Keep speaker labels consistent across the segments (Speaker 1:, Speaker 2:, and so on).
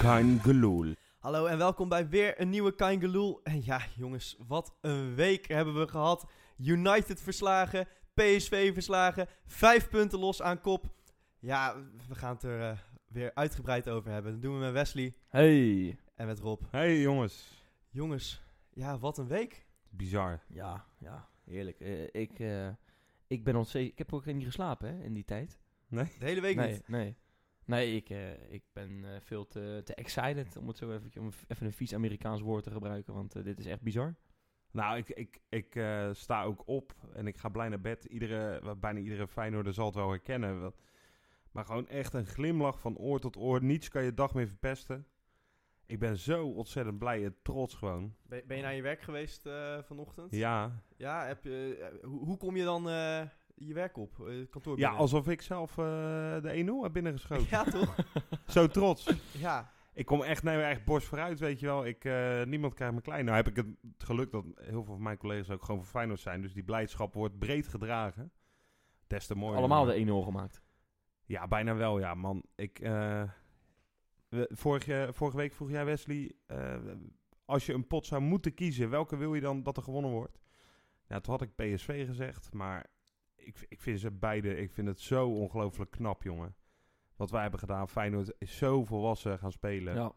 Speaker 1: Kein Geloel.
Speaker 2: Hallo en welkom bij weer een nieuwe Kein Geloel. En ja, jongens, wat een week hebben we gehad. United verslagen, PSV verslagen, vijf punten los aan kop. Ja, we gaan het er eh, weer uitgebreid over hebben. Dat doen we met Wesley
Speaker 3: Hey.
Speaker 2: en met Rob.
Speaker 1: Hey jongens.
Speaker 2: Jongens, ja, wat een week.
Speaker 1: Bizar.
Speaker 3: Ja, ja, heerlijk. Eh, ik, eh, ik ben ontzettend... Ik heb ook niet geslapen, hè, in die tijd.
Speaker 2: De hele week
Speaker 3: nee,
Speaker 2: niet.
Speaker 3: nee. Nee, ik, eh, ik ben eh, veel te, te excited, om het zo even, om even een vies Amerikaans woord te gebruiken, want eh, dit is echt bizar.
Speaker 1: Nou, ik, ik, ik eh, sta ook op en ik ga blij naar bed. Iedere, wel, bijna iedere Feyenoorder zal het wel herkennen. Wel- Maar gewoon echt een glimlach van oor tot oor. Niets kan je dag meer verpesten. Ik ben zo ontzettend blij en trots gewoon.
Speaker 2: Ben, ben je naar je werk geweest eh, vanochtend?
Speaker 1: Ja,
Speaker 2: Ja, heb je, eh, hoe, hoe kom je dan eh, je werk op? Eh, het kantoor
Speaker 1: ja
Speaker 2: binnen?
Speaker 1: alsof ik zelf eh, de 1-0 heb binnengeschoten.
Speaker 2: Ja, toch?
Speaker 1: Zo trots.
Speaker 2: ja.
Speaker 1: Ik kom echt naar mijn eigen borst vooruit, weet je wel. Ik, eh, niemand krijgt me klein. Nou heb ik het het geluk dat heel veel van mijn collega's ook gewoon voor Feyenoord zijn. Dus die blijdschap wordt breed gedragen. Des te mooier.
Speaker 3: Allemaal de 1-0 gemaakt.
Speaker 1: Ja, bijna wel, ja, man. Ik, eh, we- vorige, vorige week vroeg jij Wesley, eh, als je een pot zou moeten kiezen, welke wil je dan dat er gewonnen wordt? Ja, toen had ik PSV gezegd, maar ik, ik vind ze beide, ik vind het zo ongelooflijk knap, jongen. Wat wij hebben gedaan, Feyenoord is zo volwassen gaan spelen.
Speaker 3: Ja.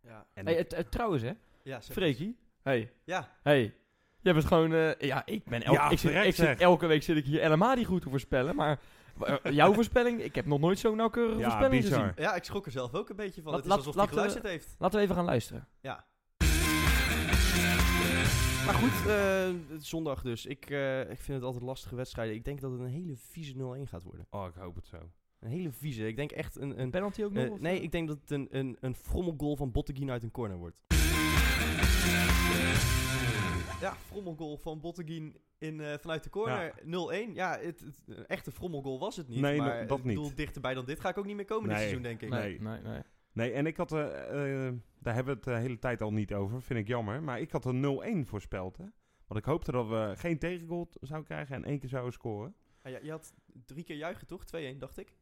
Speaker 2: Ja.
Speaker 1: En
Speaker 3: Hey,
Speaker 1: ik-
Speaker 3: het- het- trouwens, hè.
Speaker 2: ja zeg-
Speaker 3: Freekie. Hey.
Speaker 2: Ja,
Speaker 3: Hey. Jij bent gewoon... eh, ja, ik ben... Elke,
Speaker 1: Ja,
Speaker 3: ik zit,
Speaker 1: verrek
Speaker 3: ik zit-
Speaker 1: zeg.
Speaker 3: elke week zit ik hier helemaal niet goed te voorspellen, maar... eh, Jouw voorspelling? Ik heb nog nooit zo'n nauwkeurige
Speaker 1: Ja,
Speaker 3: voorspelling
Speaker 1: bizar.
Speaker 3: gezien.
Speaker 2: ja, ik schrok er zelf ook een beetje van. het
Speaker 3: Laat-
Speaker 2: is
Speaker 3: laat-
Speaker 2: alsof hij
Speaker 3: laten we-
Speaker 2: geluisterd heeft.
Speaker 3: Laten we even gaan luisteren.
Speaker 2: Ja. Maar goed, eh, het is zondag dus. Ik, eh, ik vind het altijd lastige wedstrijden. Ik denk dat het een hele vieze 0-1 gaat worden.
Speaker 1: Oh, ik hoop het zo.
Speaker 2: Een hele vieze. Ik denk echt een... een
Speaker 3: Penalty ook nog?
Speaker 2: eh,
Speaker 3: of,
Speaker 2: nee,
Speaker 3: eh?
Speaker 2: ik denk dat het een, een, een frommelgoal van Botteguin uit een corner wordt. Ja, frommelgoal van Botteguin in, eh, vanuit de corner. 0-1. Ja, het, het, een echte frommelgoal was het niet.
Speaker 1: Nee,
Speaker 2: maar
Speaker 1: no- dat
Speaker 2: ik bedoel,
Speaker 1: niet.
Speaker 2: dichterbij dan dit ga ik ook niet meer komen dit
Speaker 1: Nee.
Speaker 2: seizoen, denk ik.
Speaker 3: Nee,
Speaker 1: Nee.
Speaker 3: nee, nee.
Speaker 1: Nee, en ik had, eh, eh, daar hebben we het de hele tijd al niet over, vind ik jammer. Maar ik had een 0-1 voorspeld, hè. Want ik hoopte dat we geen tegengoal t- zouden krijgen en één keer zouden scoren.
Speaker 2: Ah, ja, je had drie keer juichen, toch? 2-1, dacht ik.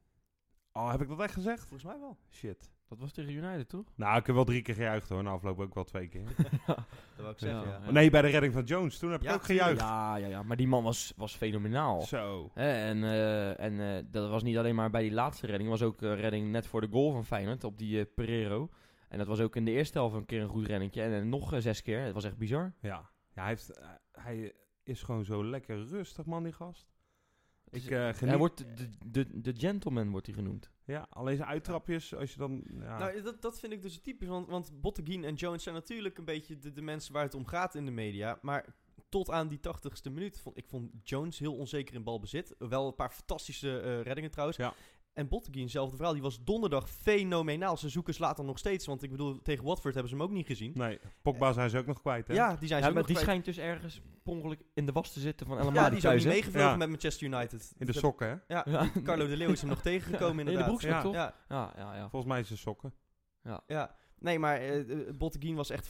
Speaker 1: Oh, heb ik dat echt gezegd?
Speaker 2: Volgens mij wel.
Speaker 1: Shit.
Speaker 3: Dat was tegen United, toch?
Speaker 1: Nou, ik heb wel drie keer gejuicht hoor. Na afloop ook wel twee keer.
Speaker 2: Dat wil ik zeggen,
Speaker 3: Ja,
Speaker 2: ja.
Speaker 3: ja.
Speaker 1: Maar nee, bij de redding van Jones. Toen heb ik
Speaker 2: Ja,
Speaker 1: ook gejuicht.
Speaker 3: Ja, ja, ja. Maar die man was, was fenomenaal.
Speaker 1: Zo.
Speaker 3: Hè, en eh, en eh, dat was niet alleen maar bij die laatste redding. was ook een redding net voor de goal van Feyenoord op die eh, Pereiro. En dat was ook in de eerste helft een keer een goed renningje. En, eh, nog eh, zes keer. Het was echt bizar.
Speaker 1: Ja. ja hij, heeft, eh, hij is gewoon zo lekker rustig man, die gast.
Speaker 3: Het is-
Speaker 1: Ik eh geniet.
Speaker 3: Hij wordt de, de, de gentleman wordt hij genoemd.
Speaker 1: Ja, alleen zijn uittrapjes. Als je dan...
Speaker 3: Ah.
Speaker 1: Ja.
Speaker 2: Nou, dat, dat vind ik dus typisch, want, want Botteguin en Jones zijn natuurlijk een beetje de, de mensen waar het om gaat in de media. Maar tot aan die tachtigste minuut, vond, ik vond Jones heel onzeker in balbezit. Wel een paar fantastische eh, reddingen trouwens.
Speaker 1: Ja.
Speaker 2: En Botteguin, zelfde verhaal, die was donderdag fenomenaal. Ze zoeken slaat dan nog steeds, want ik bedoel, tegen Watford hebben ze hem ook niet gezien.
Speaker 1: Nee, Pogba zijn ze ook nog kwijt hè?
Speaker 2: Ja, die zijn ze
Speaker 3: Ja,
Speaker 2: ook
Speaker 3: maar
Speaker 2: nog
Speaker 3: die
Speaker 2: kwijt.
Speaker 3: schijnt dus ergens per ongeluk in de was te zitten van El
Speaker 2: Ja,
Speaker 3: Amadi
Speaker 2: die is ook
Speaker 3: thuis.
Speaker 2: niet
Speaker 3: hè?
Speaker 2: meegevlogen
Speaker 1: Ja.
Speaker 2: met Manchester United.
Speaker 1: In de
Speaker 2: Dat-
Speaker 1: sokken hè?
Speaker 2: Ja,
Speaker 3: Ja.
Speaker 2: Carlo de Leeuw is hem nog tegengekomen
Speaker 3: In de
Speaker 2: inderdaad.
Speaker 3: broekzak,
Speaker 1: Ja.
Speaker 3: toch?
Speaker 2: ja,
Speaker 3: Ja, ja, ja.
Speaker 1: Volgens mij zijn ze sokken.
Speaker 2: Ja, nee, maar eh eh, Botteguin was echt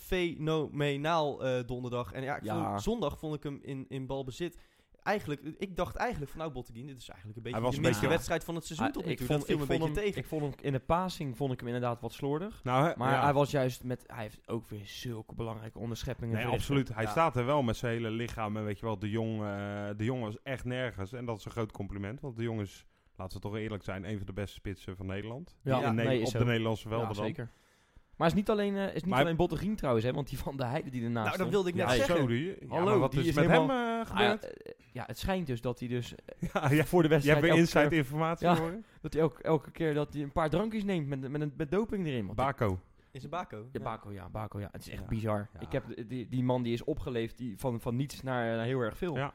Speaker 2: fenomenaal eh, donderdag. En ja, ik
Speaker 3: Ja.
Speaker 2: vond- zondag vond ik hem in, in balbezit. Eigenlijk, eh, ik dacht eigenlijk van nou Botteguin, dit is eigenlijk een beetje
Speaker 1: was
Speaker 2: de
Speaker 1: een
Speaker 2: minste
Speaker 1: beetje-
Speaker 2: wedstrijd van het seizoen
Speaker 3: Ah,
Speaker 2: tot nu
Speaker 3: ik
Speaker 2: toe.
Speaker 3: vond-
Speaker 2: dat viel
Speaker 3: ik
Speaker 2: me een beetje
Speaker 3: vond hem-
Speaker 2: tegen.
Speaker 3: Ik vond hem in de passing vond ik hem inderdaad wat slordig.
Speaker 1: Nou, hè,
Speaker 3: Maar
Speaker 1: ja.
Speaker 3: hij was juist met. Hij heeft ook weer zulke belangrijke onderscheppingen.
Speaker 1: Nee,
Speaker 3: verricht.
Speaker 1: absoluut. Hij
Speaker 2: Ja.
Speaker 1: staat er wel met zijn hele lichaam. En weet je wel, de jong, eh, de jong was echt nergens. En dat is een groot compliment. Want de jong is, laten we toch eerlijk zijn, een van de beste spitsen van Nederland.
Speaker 3: Ja,
Speaker 1: in Ne-
Speaker 3: nee, is
Speaker 1: op
Speaker 3: zo.
Speaker 1: de Nederlandse velden
Speaker 3: ja,
Speaker 1: dan.
Speaker 3: zeker. Maar het is niet alleen, eh is niet
Speaker 1: Maar-
Speaker 3: alleen Bottegien trouwens, hè, want die van de Heide die ernaast.
Speaker 2: Nou, dat
Speaker 3: stond.
Speaker 2: wilde ik net
Speaker 1: Ja,
Speaker 2: zeggen.
Speaker 1: zo doe je. Ja,
Speaker 3: Hallo,
Speaker 1: maar wat
Speaker 3: die
Speaker 1: is,
Speaker 3: is
Speaker 1: met
Speaker 3: helemaal-
Speaker 1: hem eh,
Speaker 3: Ah, ja,
Speaker 1: gebeurd?
Speaker 3: eh, ja, het schijnt dus dat hij dus eh,
Speaker 1: ja, ja,
Speaker 3: voor de
Speaker 1: je hebt
Speaker 3: wedstrijd.
Speaker 1: weer
Speaker 3: elke
Speaker 1: inside
Speaker 3: keer-
Speaker 1: informatie
Speaker 3: eh, Ja.
Speaker 1: hoor.
Speaker 3: dat hij ook, elke keer dat hij een paar drankjes neemt met, met, een- met doping erin. Want
Speaker 1: Baco.
Speaker 2: Is het Baco?
Speaker 3: Ja, Baco, ja, Baco, ja. Het is echt
Speaker 1: Ja.
Speaker 3: bizar.
Speaker 1: Ja.
Speaker 3: Ik heb de- die, die man die is opgeleefd die van, van niets naar, eh, naar heel erg veel.
Speaker 1: Ja.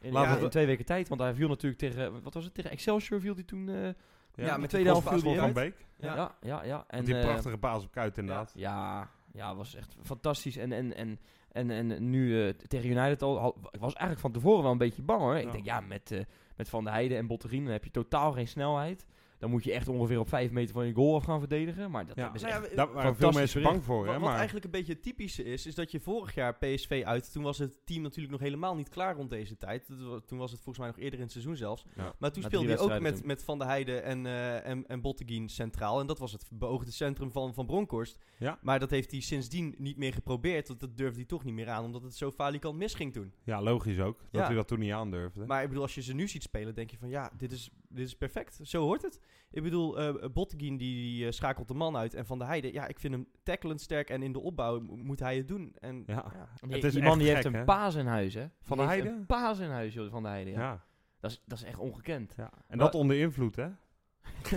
Speaker 3: In,
Speaker 1: Laten
Speaker 3: ja,
Speaker 1: we-
Speaker 3: in twee weken tijd, want hij viel natuurlijk tegen, wat was het, tegen Excelsior viel die toen. eh,
Speaker 2: Ja,
Speaker 3: Ja,
Speaker 2: met
Speaker 3: met
Speaker 2: tweede
Speaker 3: tweede
Speaker 2: helft
Speaker 3: half
Speaker 1: van
Speaker 2: viel
Speaker 1: Van
Speaker 2: hij uit.
Speaker 1: Beek.
Speaker 2: Ja.
Speaker 3: Ja, ja, ja. En,
Speaker 1: die
Speaker 3: eh,
Speaker 1: prachtige baas op kuit inderdaad.
Speaker 3: Ja, ja, was echt fantastisch. En, en, en, en, en nu eh, tegen United al, al- ik was eigenlijk van tevoren wel een beetje bang hoor.
Speaker 1: Ja.
Speaker 3: Ik denk, ja, met, eh, met Van der Heijden en Botterien heb je totaal geen snelheid. Dan moet je echt ongeveer op vijf meter van je goal af gaan verdedigen. Maar dat
Speaker 1: Ja.
Speaker 3: hebben ze
Speaker 2: Nou ja,
Speaker 3: echt-
Speaker 2: we-
Speaker 1: Daar waren veel
Speaker 3: Fantastisch
Speaker 1: mensen bang voor,
Speaker 2: Wat,
Speaker 1: hè?
Speaker 2: wat
Speaker 1: Maar
Speaker 2: eigenlijk een beetje het typische is, is dat je vorig jaar PSV uit, toen was het team natuurlijk nog helemaal niet klaar rond deze tijd. Dat wa- Toen was het volgens mij nog eerder in het seizoen zelfs.
Speaker 1: Ja.
Speaker 2: Maar toen speelde
Speaker 3: Na drie
Speaker 2: je ook
Speaker 3: wedstrijden
Speaker 2: met, met Van der Heijden en, eh en, en Botteguin centraal. En dat was het beoogde centrum van, van Bronkhorst.
Speaker 1: Ja.
Speaker 2: Maar dat heeft hij sindsdien niet meer geprobeerd, want dat durfde hij toch niet meer aan, omdat het zo falikant misging toen.
Speaker 1: ja, logisch ook. Dat
Speaker 2: Ja.
Speaker 1: hij dat toen niet aandurfde.
Speaker 2: Maar ik bedoel, als je ze nu ziet spelen, denk je van ja, dit is, dit is perfect. Zo hoort het. Ik bedoel, eh Botteguin die, die, eh, schakelt de man uit. En Van der Heijden, ja, ik vind hem tackelend sterk. En in de opbouw mo- moet hij het doen. En
Speaker 1: ja.
Speaker 2: ja,
Speaker 3: Die,
Speaker 1: Het is
Speaker 3: die man
Speaker 1: echt
Speaker 3: die heeft
Speaker 1: gek,
Speaker 3: een
Speaker 1: hè?
Speaker 3: paas in huis, hè?
Speaker 1: Van
Speaker 3: Die
Speaker 1: der
Speaker 3: heeft
Speaker 1: Heijden?
Speaker 3: Een paas in huis, joh, Van der Heijden, ja.
Speaker 1: Ja.
Speaker 3: Dat, is, dat is echt ongekend.
Speaker 1: ja. En dat onder invloed, hè?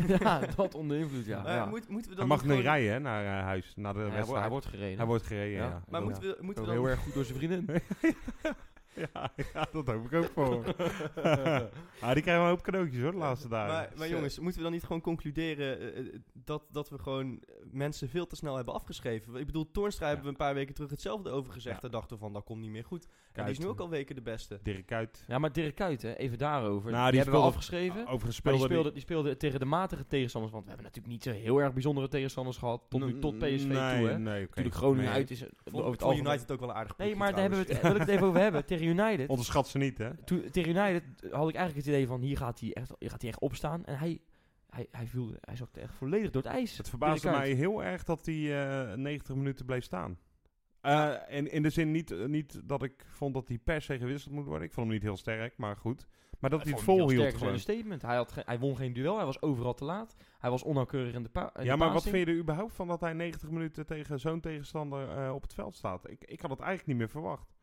Speaker 3: ja, dat onder invloed, ja.
Speaker 2: Maar
Speaker 3: ja.
Speaker 2: eh, moet- moeten
Speaker 1: Hij
Speaker 2: we dan
Speaker 1: mag
Speaker 2: gewoon-
Speaker 1: niet rijden hè, naar eh, huis, naar de
Speaker 3: Ja, hij, wordt,
Speaker 1: wedstrijd.
Speaker 3: hij wordt gereden.
Speaker 1: Hij wordt gereden, ja.
Speaker 3: Ja.
Speaker 2: Maar
Speaker 1: Ja.
Speaker 2: moeten, we, moeten we
Speaker 3: Ook
Speaker 2: dan...
Speaker 3: heel erg goed door zijn vriendin.
Speaker 1: Ja, ja, dat hoop ik ook voor hem. ah, die krijgen we een hoop cadeautjes hoor, de laatste
Speaker 3: eh,
Speaker 1: dagen.
Speaker 2: Maar, maar jongens, moeten we dan niet gewoon concluderen eh, eh, dat, dat we gewoon eh, mensen veel te snel hebben afgeschreven? Ik bedoel, Toornstra hebben we een paar weken terug hetzelfde over gezegd.
Speaker 1: Ja.
Speaker 2: Daar dachten we van, dat komt niet meer goed. En
Speaker 1: Kuyt,
Speaker 2: die is nu ook al weken de beste.
Speaker 1: Dirk Kuyt.
Speaker 3: Ja, maar Dirk Kuyt, hè, even daarover.
Speaker 1: Nou,
Speaker 3: die,
Speaker 1: die
Speaker 3: hebben we
Speaker 1: speelde-
Speaker 3: afgeschreven. maar
Speaker 1: Overigens
Speaker 3: die,
Speaker 1: speelde
Speaker 3: speelde, die speelde tegen de matige tegenstanders. Want we hebben natuurlijk niet zo heel erg bijzondere tegenstanders gehad. Tot nu, tot PSV toe, hè.
Speaker 1: nee, Nee, oké.
Speaker 3: Natuurlijk Groningen
Speaker 1: Nee.
Speaker 3: uit is eh,
Speaker 2: Vond,
Speaker 3: over
Speaker 2: ik
Speaker 3: het
Speaker 2: vond
Speaker 3: algemeen.
Speaker 2: United ook wel een aardig
Speaker 3: Nee,
Speaker 2: ploegje
Speaker 3: maar daar hebben we
Speaker 2: trouwens.
Speaker 3: het, wil ik het even over hebben. Tegen United.
Speaker 1: Onderschat ze niet, hè?
Speaker 3: Toen, tegen United had ik eigenlijk het idee van hier gaat hij echt, hier gaat hij echt opstaan. En hij, hij, hij, viel, hij zakte echt volledig door het ijs.
Speaker 1: Het verbaasde
Speaker 3: Dirk
Speaker 1: mij
Speaker 3: Kuyt.
Speaker 1: heel erg dat hij eh, 90 minuten bleef staan. Eh, en in de zin niet, eh, niet dat ik vond dat hij per se gewisseld moet worden. Ik vond hem niet heel sterk, maar goed. Maar dat hij
Speaker 3: Ik
Speaker 1: het
Speaker 3: vond hem heel
Speaker 1: volhield
Speaker 3: sterk in
Speaker 1: gewoon.
Speaker 3: zijn statement. Hij, had geen- hij won geen duel, hij was overal te laat. Hij was onnauwkeurig in de pa- in de
Speaker 1: Ja, maar wat
Speaker 3: passing.
Speaker 1: vind je er überhaupt van dat hij 90 minuten tegen zo'n tegenstander eh, op het veld staat? Ik, ik had het eigenlijk niet meer verwacht.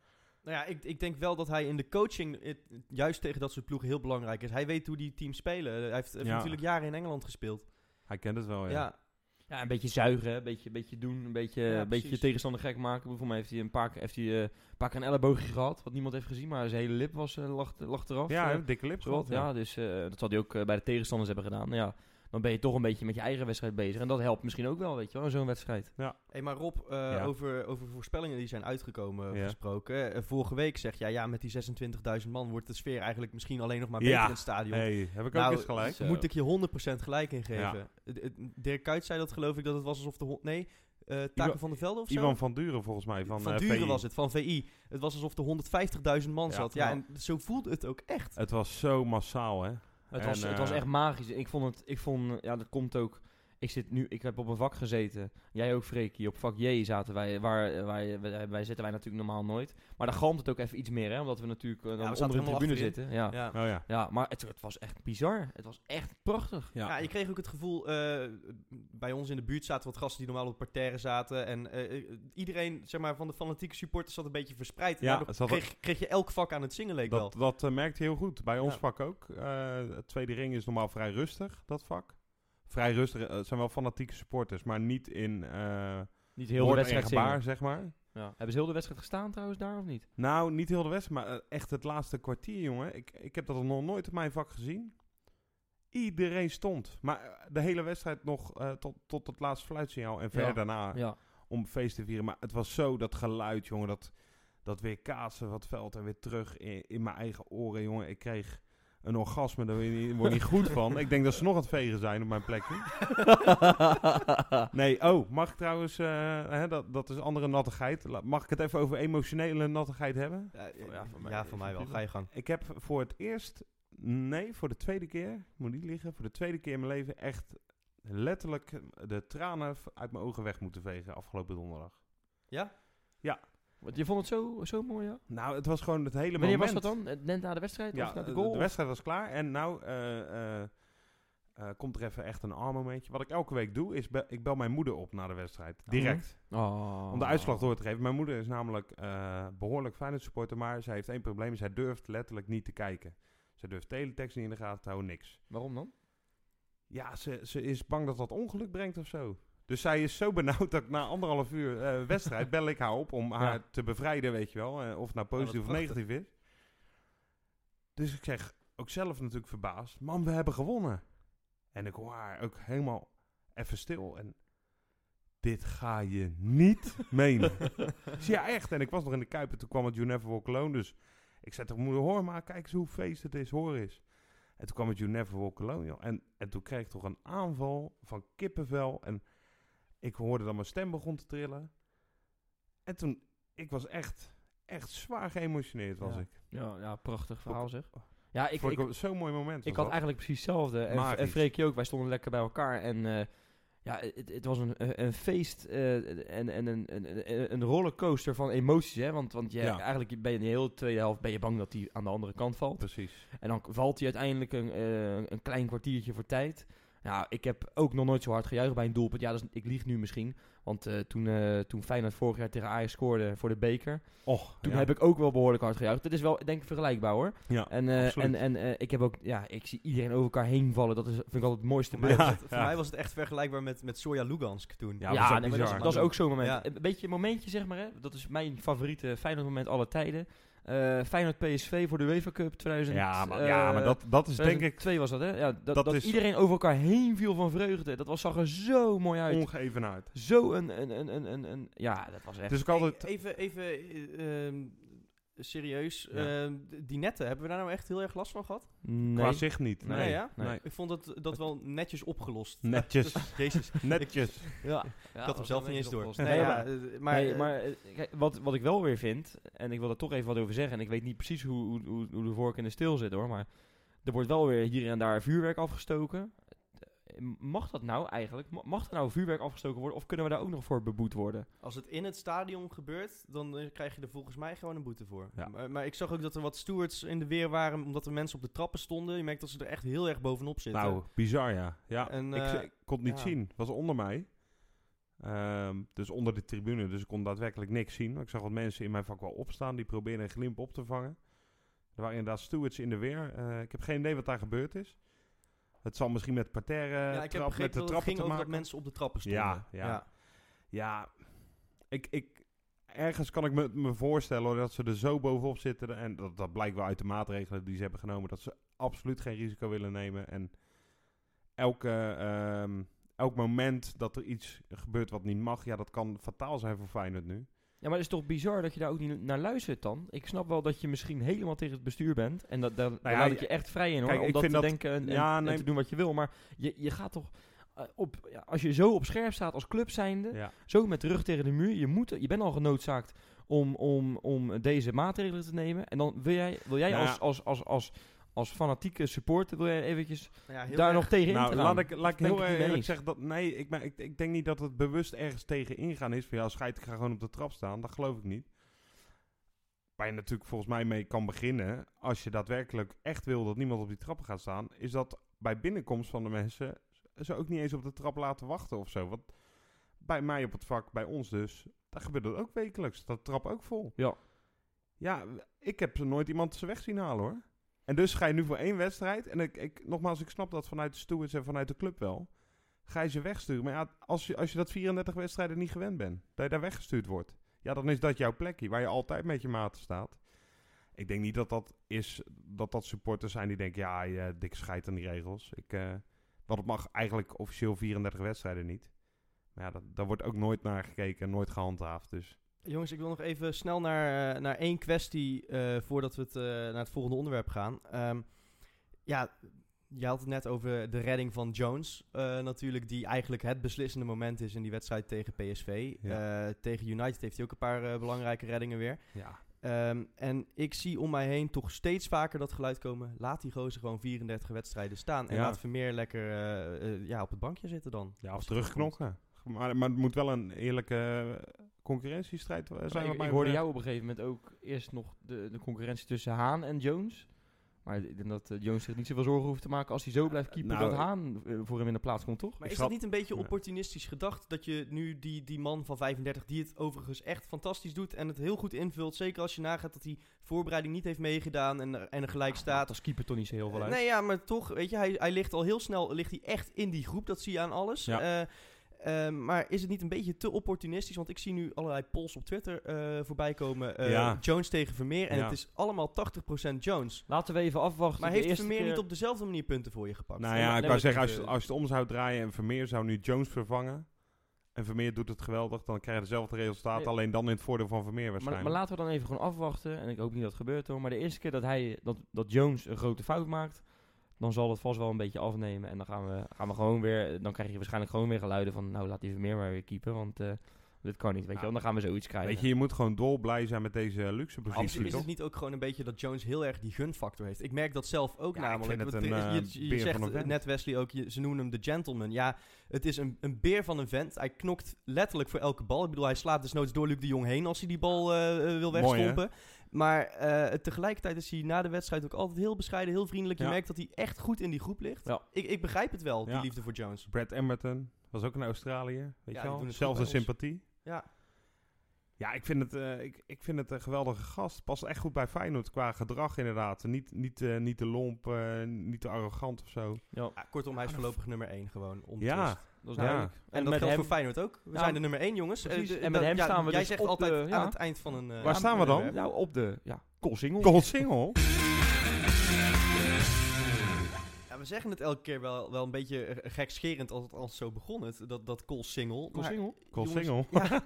Speaker 2: Nou ja, ik, ik denk wel dat hij in de coaching eh, juist tegen dat soort ploegen heel belangrijk is. Hij weet hoe die teams spelen. Hij heeft, heeft
Speaker 1: Ja.
Speaker 2: natuurlijk jaren in Engeland gespeeld.
Speaker 1: Hij kent het wel,
Speaker 2: Ja,
Speaker 1: ja.
Speaker 3: Ja, een beetje zuigen, een beetje, een beetje doen, een beetje,
Speaker 2: Ja,
Speaker 3: een beetje je
Speaker 2: precies.
Speaker 3: tegenstander gek maken. Voor mij heeft hij een paar, keer- heeft hij, eh, een paar keer een elleboogje gehad, wat niemand heeft gezien, maar zijn hele lip was, eh, lag, lag eraf.
Speaker 1: Ja,
Speaker 3: eh,
Speaker 1: hij heeft dikke lip
Speaker 3: zowat.
Speaker 1: gehad.
Speaker 3: ja. dus eh, dat zal hij ook eh, bij de tegenstanders hebben gedaan. Nou ja, dan ben je toch een beetje met je eigen wedstrijd bezig. En dat helpt misschien ook wel, weet je wel, in zo'n wedstrijd.
Speaker 2: Hey, maar Rob, eh,
Speaker 1: Ja.
Speaker 2: over, over voorspellingen die zijn uitgekomen
Speaker 1: Ja.
Speaker 2: gesproken. Eh, vorige week zeg jij, ja, met die 26.000 man wordt de sfeer eigenlijk misschien alleen nog maar beter
Speaker 1: Ja.
Speaker 2: in het stadion.
Speaker 1: Hey, heb ik
Speaker 2: Nou,
Speaker 1: ook eens gelijk.
Speaker 3: Zo.
Speaker 2: Moet ik je 100% gelijk ingeven.
Speaker 1: Ja.
Speaker 2: Eh, eh, Dirk Kuyt zei dat geloof ik, dat het was alsof de hond... Nee, eh Taco
Speaker 1: Iwan-
Speaker 2: van der Velde of zo?
Speaker 1: Ivan van Duren volgens mij. Van,
Speaker 2: van,
Speaker 1: eh,
Speaker 2: Duren
Speaker 1: VI.
Speaker 2: was het, van VI. Het was alsof er 150.000 man
Speaker 1: Ja,
Speaker 2: zat. Ja,
Speaker 1: nou.
Speaker 2: en zo voelde het ook echt.
Speaker 1: Het was zo massaal, hè?
Speaker 3: Het,
Speaker 1: En,
Speaker 3: was, het
Speaker 1: eh,
Speaker 3: was echt magisch. Ik vond het, ik vond, eh, ja, dat komt ook. Ik zit nu, ik heb op een vak gezeten. Jij ook, Freekie. Op vak J zaten wij, waar, waar, wij, wij zitten wij natuurlijk normaal nooit. Maar daar galmt het ook even iets meer, hè, omdat we natuurlijk eh, dan
Speaker 2: we zaten
Speaker 3: onder de
Speaker 2: helemaal
Speaker 3: tribune
Speaker 2: achterin.
Speaker 3: zitten. Ja.
Speaker 2: Ja.
Speaker 1: Oh ja.
Speaker 3: Ja, maar het, het was echt bizar. Het was echt prachtig.
Speaker 1: Ja.
Speaker 2: Ja, je kreeg ook het gevoel, eh, bij ons in de buurt zaten wat gasten die normaal op parterre zaten. En eh, eh, iedereen, zeg maar, van de fanatieke supporters zat een beetje verspreid. En
Speaker 1: Ja,
Speaker 2: daardoor
Speaker 1: het zat-
Speaker 2: kreeg, kreeg je elk vak aan het zingen, leek wel.
Speaker 1: Dat, dat eh, merkte je heel goed. Bij ons
Speaker 2: Ja.
Speaker 1: vak ook. Eh, het tweede ring is normaal vrij rustig, dat vak. Vrij rustig. eh, Het zijn wel fanatieke supporters, maar niet in eh
Speaker 3: Niet heel de
Speaker 1: woord
Speaker 3: wedstrijd
Speaker 1: en gebaar,
Speaker 3: zingen.
Speaker 1: zeg maar.
Speaker 3: Ja. Hebben ze heel de wedstrijd gestaan trouwens daar of niet?
Speaker 1: Nou, niet heel de wedstrijd, maar eh, echt het laatste kwartier, jongen. Ik, ik heb dat nog nooit in mijn vak gezien. Iedereen stond. Maar eh, de hele wedstrijd nog eh, tot, tot het laatste fluitsignaal en verder
Speaker 3: Ja.
Speaker 1: daarna
Speaker 3: Ja.
Speaker 1: om feest te vieren. Maar het was zo dat geluid, jongen, dat, dat weer kaatsen wat veld en weer terug in, in mijn eigen oren, jongen. Ik kreeg een orgasme, daar word je niet- word je niet goed van. Ik denk dat ze nog aan het vegen zijn op mijn plekje. Nee, oh, mag ik trouwens, eh, hè, dat, dat is andere nattigheid. La- Mag ik het even over emotionele nattigheid hebben?
Speaker 2: Ja, eh,
Speaker 1: Ja, voor mij-
Speaker 2: ja, voor mij wel. Ga je gang.
Speaker 1: Ik heb voor het eerst, nee, voor de tweede keer, ik moet niet liggen, voor de tweede keer in mijn leven echt letterlijk de tranen v- uit mijn ogen weg moeten vegen afgelopen donderdag.
Speaker 2: Ja?
Speaker 3: Want je vond het zo, zo mooi, ja?
Speaker 1: Nou, het was gewoon het hele
Speaker 3: Wanneer was
Speaker 1: moment.
Speaker 3: dat dan? Eh, Net na de wedstrijd?
Speaker 1: Ja,
Speaker 3: of na de
Speaker 1: de,
Speaker 3: goal?
Speaker 1: de wedstrijd was klaar. En nou eh, eh, eh, komt er even echt een arm momentje. Wat ik elke week doe, is be- ik bel mijn moeder op na de wedstrijd. Direct.
Speaker 3: Oh.
Speaker 1: Om de uitslag door te geven. Mijn moeder is namelijk eh, behoorlijk Feyenoord supporter. Maar zij heeft één probleem. Zij durft letterlijk niet te kijken. Zij durft teletext niet in de gaten te houden. Niks.
Speaker 3: Waarom dan?
Speaker 1: Ja, ze, ze is bang dat dat ongeluk brengt of zo. Dus zij is zo benauwd dat ik na anderhalf uur eh, wedstrijd bel ik haar op om haar
Speaker 3: Ja.
Speaker 1: te bevrijden, weet je wel. eh, of het nou positief of
Speaker 2: prachtig.
Speaker 1: negatief is. Dus ik zeg ook zelf natuurlijk verbaasd, man, we hebben gewonnen. En ik hoor haar ook helemaal even stil. En dit ga je niet menen. Dus ja, echt. En ik was nog in de Kuip en toen kwam het You Never Walk Alone. Dus ik zei toch, moeder, hoor maar, kijk eens hoe feest het is, hoor eens. En toen kwam het You Never Walk Alone, joh. En, en toen kreeg ik toch een aanval van kippenvel. En ik hoorde dat mijn stem begon te trillen. En toen, ik was echt, echt zwaar geëmotioneerd was
Speaker 2: Ja.
Speaker 1: ik.
Speaker 3: Ja, ja prachtig verhaal zeg.
Speaker 1: Oh.
Speaker 3: Ja, ik,
Speaker 1: Vond
Speaker 3: ik,
Speaker 1: ik, een- Zo'n mooi moment was
Speaker 3: ik had
Speaker 1: dat.
Speaker 3: eigenlijk precies hetzelfde. En,
Speaker 1: Magisch.
Speaker 3: en Freekje ook. Wij stonden lekker bij elkaar. En eh, ja, het, het was een, een- een feest eh, en, en een, een, een- een rollercoaster van emoties. Hè? Want, want je,
Speaker 1: Ja.
Speaker 3: eigenlijk ben je de hele tweede helft ben je bang dat hij aan de andere kant valt.
Speaker 1: Precies.
Speaker 3: En dan valt hij uiteindelijk een, eh, een klein kwartiertje voor tijd. Nou, ik heb ook nog nooit zo hard gejuicht bij een doelpunt. Ja, dat is, ik lieg nu misschien. Want eh, toen, eh toen Feyenoord vorig jaar tegen Ajax scoorde voor de beker...
Speaker 1: Och,
Speaker 3: Toen
Speaker 1: ja.
Speaker 3: heb ik ook wel behoorlijk hard gejuicht. Dat is wel, denk ik, vergelijkbaar hoor.
Speaker 1: Ja,
Speaker 3: En, eh,
Speaker 1: absoluut.
Speaker 3: en, en eh, ik heb ook, ja, ik zie iedereen over elkaar heen vallen. Dat is, vind ik altijd het mooiste
Speaker 1: Ja,
Speaker 3: beeld.
Speaker 2: was het- voor
Speaker 1: ja.
Speaker 2: mij was het echt vergelijkbaar met, met Soja Lugansk toen.
Speaker 1: Ja, was ook
Speaker 3: nee, maar dat, is,
Speaker 1: bizar.
Speaker 3: dat is ook zo'n moment.
Speaker 2: Ja.
Speaker 3: Een beetje een momentje, zeg maar. Hè? Dat is mijn favoriete Feyenoord moment alle tijden. Eh Feyenoord PSV voor de UEFA Cup 2000.
Speaker 1: ja, maar, ja, maar
Speaker 3: eh,
Speaker 1: dat, dat is denk ik
Speaker 3: 2002 was dat, hè? Ja, dat
Speaker 1: dat
Speaker 3: dat
Speaker 1: is-
Speaker 3: iedereen over elkaar heen viel van vreugde. Dat was, zag er zo mooi uit.
Speaker 1: ongeëvenaard. uit.
Speaker 3: zo een, een, een, een, een, een- Ja, dat was echt...
Speaker 1: Dus ik altijd...
Speaker 2: Even, even eh, ehm, serieus,
Speaker 1: Ja.
Speaker 2: ehm, d- die netten, hebben we daar nou echt heel erg last van gehad?
Speaker 3: nee.
Speaker 1: Qua zicht niet.
Speaker 3: Nee,
Speaker 1: Nee,
Speaker 2: ja?
Speaker 1: nee.
Speaker 3: Nee.
Speaker 2: Ik vond dat, dat wel netjes opgelost.
Speaker 1: Netjes.
Speaker 2: Jezus,
Speaker 1: Netjes.
Speaker 2: ja, ik had hem zelf niet eens door. Nee, ja, eh, maar,
Speaker 3: Maar,
Speaker 2: eh,
Speaker 3: maar eh, kijk, wat, wat ik wel weer vind, en ik wil daar toch even wat over zeggen, en ik weet niet precies hoe, hoe, hoe, hoe de vork in de steel zit hoor, maar er wordt wel weer hier en daar vuurwerk afgestoken. Eh, Mag dat nou eigenlijk? Ma- Mag er nou vuurwerk afgestoken worden of kunnen we daar ook nog voor beboet worden?
Speaker 2: Als het in het stadion gebeurt, dan eh, krijg je er volgens mij gewoon een boete voor.
Speaker 1: Ja.
Speaker 2: Maar, maar ik zag ook dat er wat stewards in de weer waren, omdat er mensen op de trappen stonden. Je merkt dat ze er echt heel erg bovenop zitten.
Speaker 1: Nou, bizar ja. ja
Speaker 2: En,
Speaker 1: ik,
Speaker 2: eh,
Speaker 1: ik kon het niet
Speaker 2: ja.
Speaker 1: zien. Het was onder mij. Ehm, dus onder de tribune. Dus ik kon daadwerkelijk niks zien. Maar ik zag wat mensen in mijn vak wel opstaan. Die probeerden een glimp op te vangen. Er waren inderdaad stewards in de weer. Eh, ik heb geen idee wat daar gebeurd is. Het zal misschien met parterre
Speaker 2: ja, ik heb
Speaker 1: trap, met
Speaker 2: begrepen
Speaker 1: de
Speaker 2: dat het
Speaker 1: trappen
Speaker 2: ging
Speaker 1: te
Speaker 2: over dat
Speaker 1: maken.
Speaker 2: mensen op de trappen stonden.
Speaker 1: Ja, ja. Ja, ik, ik, ergens kan ik me, me voorstellen hoor, dat ze er zo bovenop zitten. En dat, dat blijkt wel uit de maatregelen die ze hebben genomen. Dat ze absoluut geen risico willen nemen. En elke, ehm, elk moment dat er iets gebeurt wat niet mag, ja, dat kan fataal zijn voor Feyenoord nu.
Speaker 3: Ja, maar het is toch bizar dat je daar ook niet naar luistert dan? Ik snap wel dat je misschien helemaal tegen het bestuur bent en dat, daar, daar
Speaker 1: Nou ja,
Speaker 3: laat ik
Speaker 1: ja,
Speaker 3: je echt vrij in hoor,
Speaker 1: kijk,
Speaker 3: om
Speaker 1: ik
Speaker 3: dat te
Speaker 1: vind dat-
Speaker 3: denken en, en-
Speaker 1: ja,
Speaker 3: en
Speaker 1: nee.
Speaker 3: te doen wat je wil. Maar je, je gaat toch, eh, op, ja, als je zo op scherp staat als club zijnde,
Speaker 1: Ja,
Speaker 3: zo met de rug tegen de muur. Je, moet, je bent al genoodzaakt om, om, om deze maatregelen te nemen. En dan wil jij, wil jij
Speaker 1: Nou ja.
Speaker 3: als, als, als, als, als fanatieke supporter wil jij eventjes
Speaker 2: Nou ja, heel
Speaker 3: daar
Speaker 2: erg-
Speaker 3: nog tegen in
Speaker 1: nou,
Speaker 3: te gaan.
Speaker 1: laat ik, laat ik
Speaker 3: Ben ik
Speaker 1: heel e-
Speaker 3: het niet mee
Speaker 1: eerlijk
Speaker 3: eens.
Speaker 1: zeggen dat nee, ik, maar ik, ik denk niet dat het bewust ergens tegen ingaan is. Van ja, scheid, ik ga gewoon op de trap staan. Dat geloof ik niet. Waar je natuurlijk volgens mij mee kan beginnen, als je daadwerkelijk echt wil dat niemand op die trappen gaat staan, is dat bij binnenkomst van de mensen ze ook niet eens op de trap laten wachten of zo. Want bij mij op het vak, bij ons dus, daar gebeurt dat ook wekelijks. Dat trap ook vol.
Speaker 3: Ja.
Speaker 1: Ja, ik heb ze nooit iemand ze weg zien halen hoor. En dus ga je nu voor één wedstrijd. En ik, ik, nogmaals, ik snap dat vanuit de stewards en vanuit de club wel. Ga je ze wegsturen. Maar ja, als je, als je dat 34 wedstrijden niet gewend bent, dat je daar weggestuurd wordt. Ja, dan is dat jouw plekje waar je altijd met je maten staat. Ik denk niet dat dat is dat dat supporters zijn die denken: ja, je dikke scheid aan die regels. Ik, eh, want het mag eigenlijk officieel 34 wedstrijden niet. Maar ja, dat, daar wordt ook nooit naar gekeken en nooit gehandhaafd. Dus
Speaker 2: Jongens, ik wil nog even snel naar, eh, naar één kwestie eh, voordat we het, eh, naar het volgende onderwerp gaan. Ehm, ja, je had het net over de redding van Jones. eh, natuurlijk, die eigenlijk het beslissende moment is in die wedstrijd tegen PSV.
Speaker 1: Ja.
Speaker 2: Eh, tegen United heeft hij ook een paar eh, belangrijke reddingen weer.
Speaker 1: ja,
Speaker 2: Ehm, en ik zie om mij heen toch steeds vaker dat geluid komen. Laat die gozer gewoon 34 wedstrijden staan. En
Speaker 1: Ja.
Speaker 2: laat Vermeer lekker eh, eh, ja, op het bankje zitten dan.
Speaker 1: ja of
Speaker 2: Als hij terugkomt.
Speaker 1: terugknokken. Maar, maar het moet wel een eerlijke eh, concurrentiestrijd eh, zijn. wat
Speaker 3: ik,
Speaker 1: mij
Speaker 3: ik hoorde
Speaker 1: betreft.
Speaker 3: jou op een gegeven moment ook eerst nog de, de concurrentie tussen Haan en Jones. Maar ik denk dat eh, Jones zich niet zoveel zorgen hoeft te maken als hij zo blijft keeper
Speaker 1: Nou,
Speaker 3: dat Haan eh, voor hem in de plaats komt, toch?
Speaker 2: Maar
Speaker 1: Ik
Speaker 2: is
Speaker 1: snap-
Speaker 2: dat niet een beetje
Speaker 1: Ja.
Speaker 2: opportunistisch gedacht dat je nu die, die man van 35, die het overigens echt fantastisch doet en het heel goed invult, zeker als je nagaat dat hij voorbereiding niet heeft meegedaan en, er- en er
Speaker 1: Ah,
Speaker 2: gelijk staat.
Speaker 3: Maakt als keeper toch niet zo heel veel uit.
Speaker 2: nee, ja, maar toch, weet je, hij, hij ligt al heel snel ligt hij echt in die groep, dat zie je aan alles.
Speaker 1: Ja.
Speaker 2: Eh, ehm, maar is het niet een beetje te opportunistisch? Want ik zie nu allerlei polls op Twitter eh, voorbij komen. eh,
Speaker 1: Ja.
Speaker 2: Jones tegen Vermeer. En
Speaker 1: Ja.
Speaker 2: het is allemaal 80% Jones.
Speaker 3: Laten we even afwachten.
Speaker 2: Maar
Speaker 3: De
Speaker 2: heeft
Speaker 3: eerste
Speaker 2: Vermeer
Speaker 3: keer-
Speaker 2: niet op dezelfde manier punten voor je gepakt?
Speaker 1: Nou
Speaker 3: Nee, maar-
Speaker 1: ja, ik
Speaker 3: nee,
Speaker 1: wou
Speaker 3: maar
Speaker 1: zeggen, als
Speaker 3: dat,
Speaker 1: je,
Speaker 3: eh,
Speaker 1: als je het om zou draaien en Vermeer zou nu Jones vervangen. En Vermeer doet het geweldig, dan krijg je dezelfde resultaten.
Speaker 3: Nee.
Speaker 1: Alleen dan in het voordeel van Vermeer
Speaker 3: Maar,
Speaker 1: waarschijnlijk.
Speaker 3: maar laten we dan even gewoon afwachten. En ik hoop niet dat het gebeurt hoor. Maar de eerste keer dat, hij, dat, dat Jones een grote fout maakt. dan zal dat vast wel een beetje afnemen. En dan gaan we, gaan we gewoon weer, dan krijg je waarschijnlijk gewoon weer geluiden van, nou laat die Vermeer maar weer keepen, want eh dit kan niet, weet je
Speaker 1: Ja.
Speaker 3: wel. Dan gaan we zoiets krijgen.
Speaker 1: Weet je, je moet gewoon dolblij zijn met deze luxe
Speaker 2: Maar is,
Speaker 1: positie,
Speaker 2: is
Speaker 1: toch?
Speaker 2: het niet ook gewoon een beetje dat Jones heel erg die gunfactor heeft? Ik merk dat zelf ook
Speaker 1: Ja, ik
Speaker 2: namelijk.
Speaker 1: vind
Speaker 2: want
Speaker 1: het
Speaker 2: er
Speaker 1: een,
Speaker 2: is- je
Speaker 1: eh,
Speaker 2: je
Speaker 1: beer van een
Speaker 2: zegt
Speaker 1: vent.
Speaker 2: net Wesley ook, je, ze noemen hem de gentleman. Ja, het is een, een beer van een vent. Hij knokt letterlijk voor elke bal. Ik bedoel, hij slaat desnoods door Luc de Jong heen als hij die bal eh, eh, wil
Speaker 1: Mooi,
Speaker 2: wegstompen. maar eh, tegelijkertijd is hij na de wedstrijd ook altijd heel bescheiden, heel vriendelijk. Je
Speaker 1: Ja.
Speaker 2: merkt dat hij echt goed in die groep ligt.
Speaker 3: Ja.
Speaker 2: Ik, ik begrijp het wel, die
Speaker 1: Ja.
Speaker 2: liefde voor Jones.
Speaker 1: Brad Emerton was ook een Australiër, weet je
Speaker 2: Ja, die doen
Speaker 1: wel?
Speaker 2: het
Speaker 1: Zelfde
Speaker 2: goed bij ons.
Speaker 1: sympathie.
Speaker 2: Ja.
Speaker 1: Ja, ik vind het, eh, ik, ik vind het een geweldige gast. Past echt goed bij Feyenoord qua gedrag inderdaad. Niet, niet, eh, niet te lomp, eh, niet te arrogant of zo.
Speaker 2: Ja, Ah, kortom, hij is voorlopig nummer 1 gewoon. onbetwist.
Speaker 1: Ah, Ja,
Speaker 3: Dat is
Speaker 1: Ja.
Speaker 3: duidelijk.
Speaker 2: En, dat geldt voor Feyenoord ook. We
Speaker 3: Nou,
Speaker 2: zijn de nummer 1, jongens.
Speaker 3: precies.
Speaker 2: Eh, d-
Speaker 3: En met
Speaker 2: dat-
Speaker 3: hem staan we
Speaker 2: Jij
Speaker 3: dus
Speaker 2: zegt
Speaker 3: op de-
Speaker 2: altijd
Speaker 3: ja.
Speaker 2: aan het eind van een... eh,
Speaker 1: Waar staan we dan?
Speaker 2: onderwerp.
Speaker 3: Nou, op de, ja, Koolsingel.
Speaker 1: Goal single.
Speaker 2: Ja, we zeggen het elke keer wel, wel een beetje eh, gekscherend als het al zo begon, het, dat, dat call single. Maar-
Speaker 3: Koolsingel.
Speaker 1: Goal
Speaker 2: Jongens,
Speaker 1: single.
Speaker 2: Ja,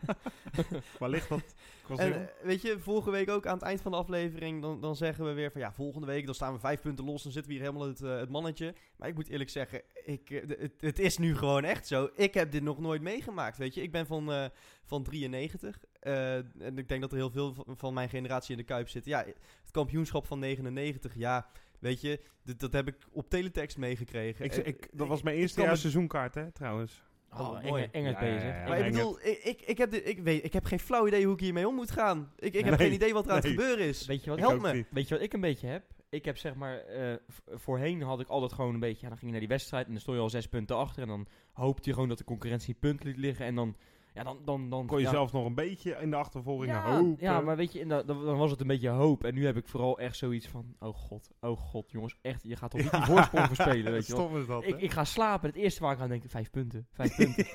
Speaker 1: Waar ligt dat? Goal
Speaker 2: en
Speaker 1: single?
Speaker 2: eh, weet je, vorige week ook aan het eind van de aflevering, dan, dan zeggen we weer van ja, volgende week dan staan we vijf punten los, dan zitten we hier helemaal het, eh, het mannetje. Maar ik moet eerlijk zeggen, ik, eh, de- het, het is nu gewoon echt zo. Ik heb dit nog nooit meegemaakt, weet je. Ik ben van, eh, van 93 eh, en ik denk dat er heel veel van, van mijn generatie in de Kuip zitten. Ja, het kampioenschap van 99, ja, weet je, dit- dat heb ik op teletext meegekregen.
Speaker 1: ik,
Speaker 2: Eh,
Speaker 1: ik, dat was mijn eerste
Speaker 2: kan
Speaker 1: jaar
Speaker 2: me-
Speaker 1: seizoenkaart, hè, trouwens.
Speaker 3: Oh,
Speaker 2: Oh, mooi.
Speaker 3: Enge- Engert
Speaker 1: Ja,
Speaker 3: bezig.
Speaker 1: ja, ja.
Speaker 2: Maar ik
Speaker 1: Engert.
Speaker 2: bedoel, ik, ik, ik, heb de, ik, weet, ik heb geen flauw idee hoe ik hiermee om moet gaan. Ik, ik heb
Speaker 1: Nee,
Speaker 2: geen idee wat er aan
Speaker 1: nee.
Speaker 2: het gebeuren is.
Speaker 3: Weet je wat
Speaker 1: Ik
Speaker 2: Help
Speaker 1: ook
Speaker 2: me.
Speaker 1: niet.
Speaker 3: Weet je wat ik een beetje heb? Ik heb zeg maar, eh, v- voorheen had ik altijd gewoon een beetje, ja, dan ging je naar die wedstrijd en dan stond je al zes punten achter en dan hoopte je gewoon dat de concurrentie een punt liet liggen en dan, ja, dan, dan, dan
Speaker 1: Kon je
Speaker 3: ja,
Speaker 1: zelf nog een beetje in de achtervolging
Speaker 3: ja,
Speaker 1: hopen.
Speaker 3: ja, maar weet je, en da- dan, dan was het een beetje hoop en nu heb ik vooral echt zoiets van, oh god, oh god, jongens, echt, je gaat toch niet die voorsprong verspelen, weet je wel.
Speaker 1: Stom is dat,
Speaker 3: Ik,
Speaker 1: hè?
Speaker 3: ik ga slapen, het eerste waar ik aan denk, vijf punten, vijf punten.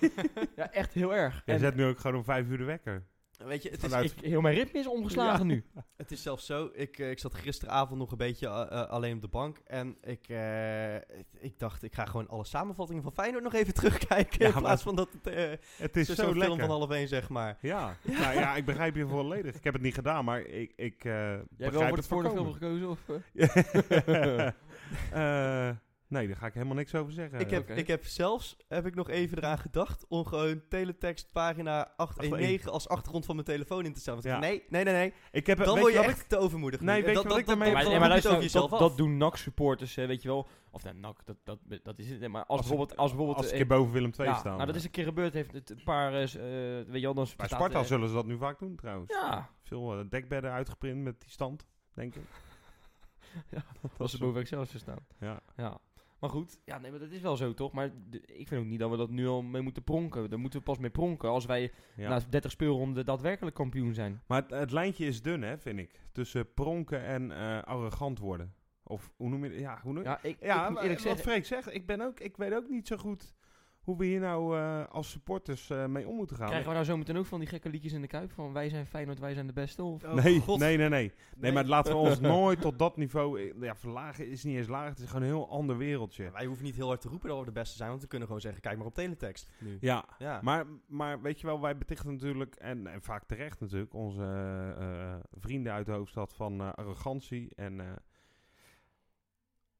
Speaker 3: ja, echt heel erg.
Speaker 1: Jij
Speaker 3: En
Speaker 1: zet nu ook gewoon om vijf uur de wekker.
Speaker 2: Weet je, het is,
Speaker 1: Vanuit-
Speaker 3: ik, heel mijn ritme is omgeslagen nu.
Speaker 2: het is zelfs zo. Ik, eh, ik zat gisteravond nog een beetje eh, eh, alleen op de bank. En ik, eh, ik dacht, ik ga gewoon alle samenvattingen van Feyenoord nog even terugkijken.
Speaker 1: Ja,
Speaker 2: in plaats
Speaker 1: maar-
Speaker 2: van dat het eh,
Speaker 1: Het is
Speaker 2: zo'n
Speaker 1: zo
Speaker 2: film
Speaker 1: lekker.
Speaker 2: van half één, zeg maar.
Speaker 1: Ja. Nou ja, ik begrijp je volledig. Ik heb het niet gedaan, maar ik, ik eh
Speaker 3: Jij
Speaker 1: begrijp
Speaker 3: wel voor de
Speaker 1: het
Speaker 3: voordeelfilm
Speaker 1: voorkomen.
Speaker 3: gekozen? Of, eh?
Speaker 1: Eh, nee, daar ga ik helemaal niks over zeggen.
Speaker 2: ik, heb,
Speaker 3: oké.
Speaker 2: ik heb zelfs, heb ik nog even eraan gedacht, om gewoon teletext pagina 819 als achtergrond van mijn telefoon in te staan. Want ik
Speaker 1: Ja.
Speaker 2: dacht, nee, nee, nee, nee.
Speaker 1: ik heb
Speaker 2: Dan
Speaker 1: weet
Speaker 2: word je
Speaker 1: wat ik-
Speaker 2: echt te overmoedig.
Speaker 1: Nee,
Speaker 2: nu.
Speaker 1: weet
Speaker 2: dat,
Speaker 1: je wat
Speaker 2: dat-
Speaker 1: ik daarmee
Speaker 2: dat-
Speaker 1: heb
Speaker 3: maar,
Speaker 1: Vooral
Speaker 2: dat
Speaker 3: maar
Speaker 2: roept
Speaker 3: luister,
Speaker 2: over jezelf
Speaker 3: nou, dat,
Speaker 2: af.
Speaker 3: dat doen NAC-supporters, eh, weet je wel. Of nou, NAC, dat, dat, dat is het. nee, Maar als,
Speaker 1: Als-
Speaker 3: bijvoorbeeld... Als bijvoorbeeld
Speaker 1: als
Speaker 3: eh,
Speaker 1: ik keer boven Willem II
Speaker 3: ja,
Speaker 1: staan.
Speaker 3: Nou, dat is een keer gebeurd. Heeft het een paar... eh, s- eh, weet je wel, dan
Speaker 1: Bij
Speaker 3: staat,
Speaker 1: Sparta
Speaker 3: eh,
Speaker 1: zullen ze dat nu vaak doen, trouwens.
Speaker 3: Ja,
Speaker 1: Veel eh, dekbedden uitgeprint met die stand, denk ik.
Speaker 3: Ja,
Speaker 1: dat
Speaker 3: als ze
Speaker 1: zo.
Speaker 3: boven Excelsior staan.
Speaker 1: Ja.
Speaker 3: Ja. Maar goed, ja, nee, maar dat is wel zo, toch? Maar de- ik vind ook niet dat we dat nu al mee moeten pronken. Daar moeten we pas mee pronken als wij
Speaker 1: Ja.
Speaker 3: na 30 speelronden daadwerkelijk kampioen zijn.
Speaker 1: Maar het, het lijntje is dun, hè, vind ik. Tussen pronken en eh, arrogant worden. Of hoe noem je Ja, hoe noem je
Speaker 3: Ja, ik,
Speaker 1: Ja,
Speaker 3: ik moet
Speaker 1: maar
Speaker 3: eerlijk
Speaker 1: wat
Speaker 3: zeggen...
Speaker 1: Freek zegt, ik, ben ook, ik weet ook niet zo goed hoe we hier nou eh, als supporters eh, mee om moeten gaan.
Speaker 3: Krijgen we nou zometeen ook van die gekke liedjes in de Kuip? Van wij zijn Feyenoord, wij zijn de beste? Of?
Speaker 2: Oh,
Speaker 1: nee,
Speaker 2: God.
Speaker 1: nee, nee, nee. Nee, maar laten we ons nooit tot dat niveau... eh, Ja, verlagen is niet eens laag, het is gewoon een heel ander
Speaker 2: Ja,
Speaker 1: wereldje.
Speaker 2: Wij hoeven niet heel hard te roepen dat we de beste zijn, want we kunnen gewoon zeggen, kijk maar op teletext nu.
Speaker 1: Ja,
Speaker 2: Ja.
Speaker 1: maar, maar weet je wel, wij betichten natuurlijk, en, en vaak terecht natuurlijk, onze eh, eh, vrienden uit de hoofdstad van eh, arrogantie. En eh,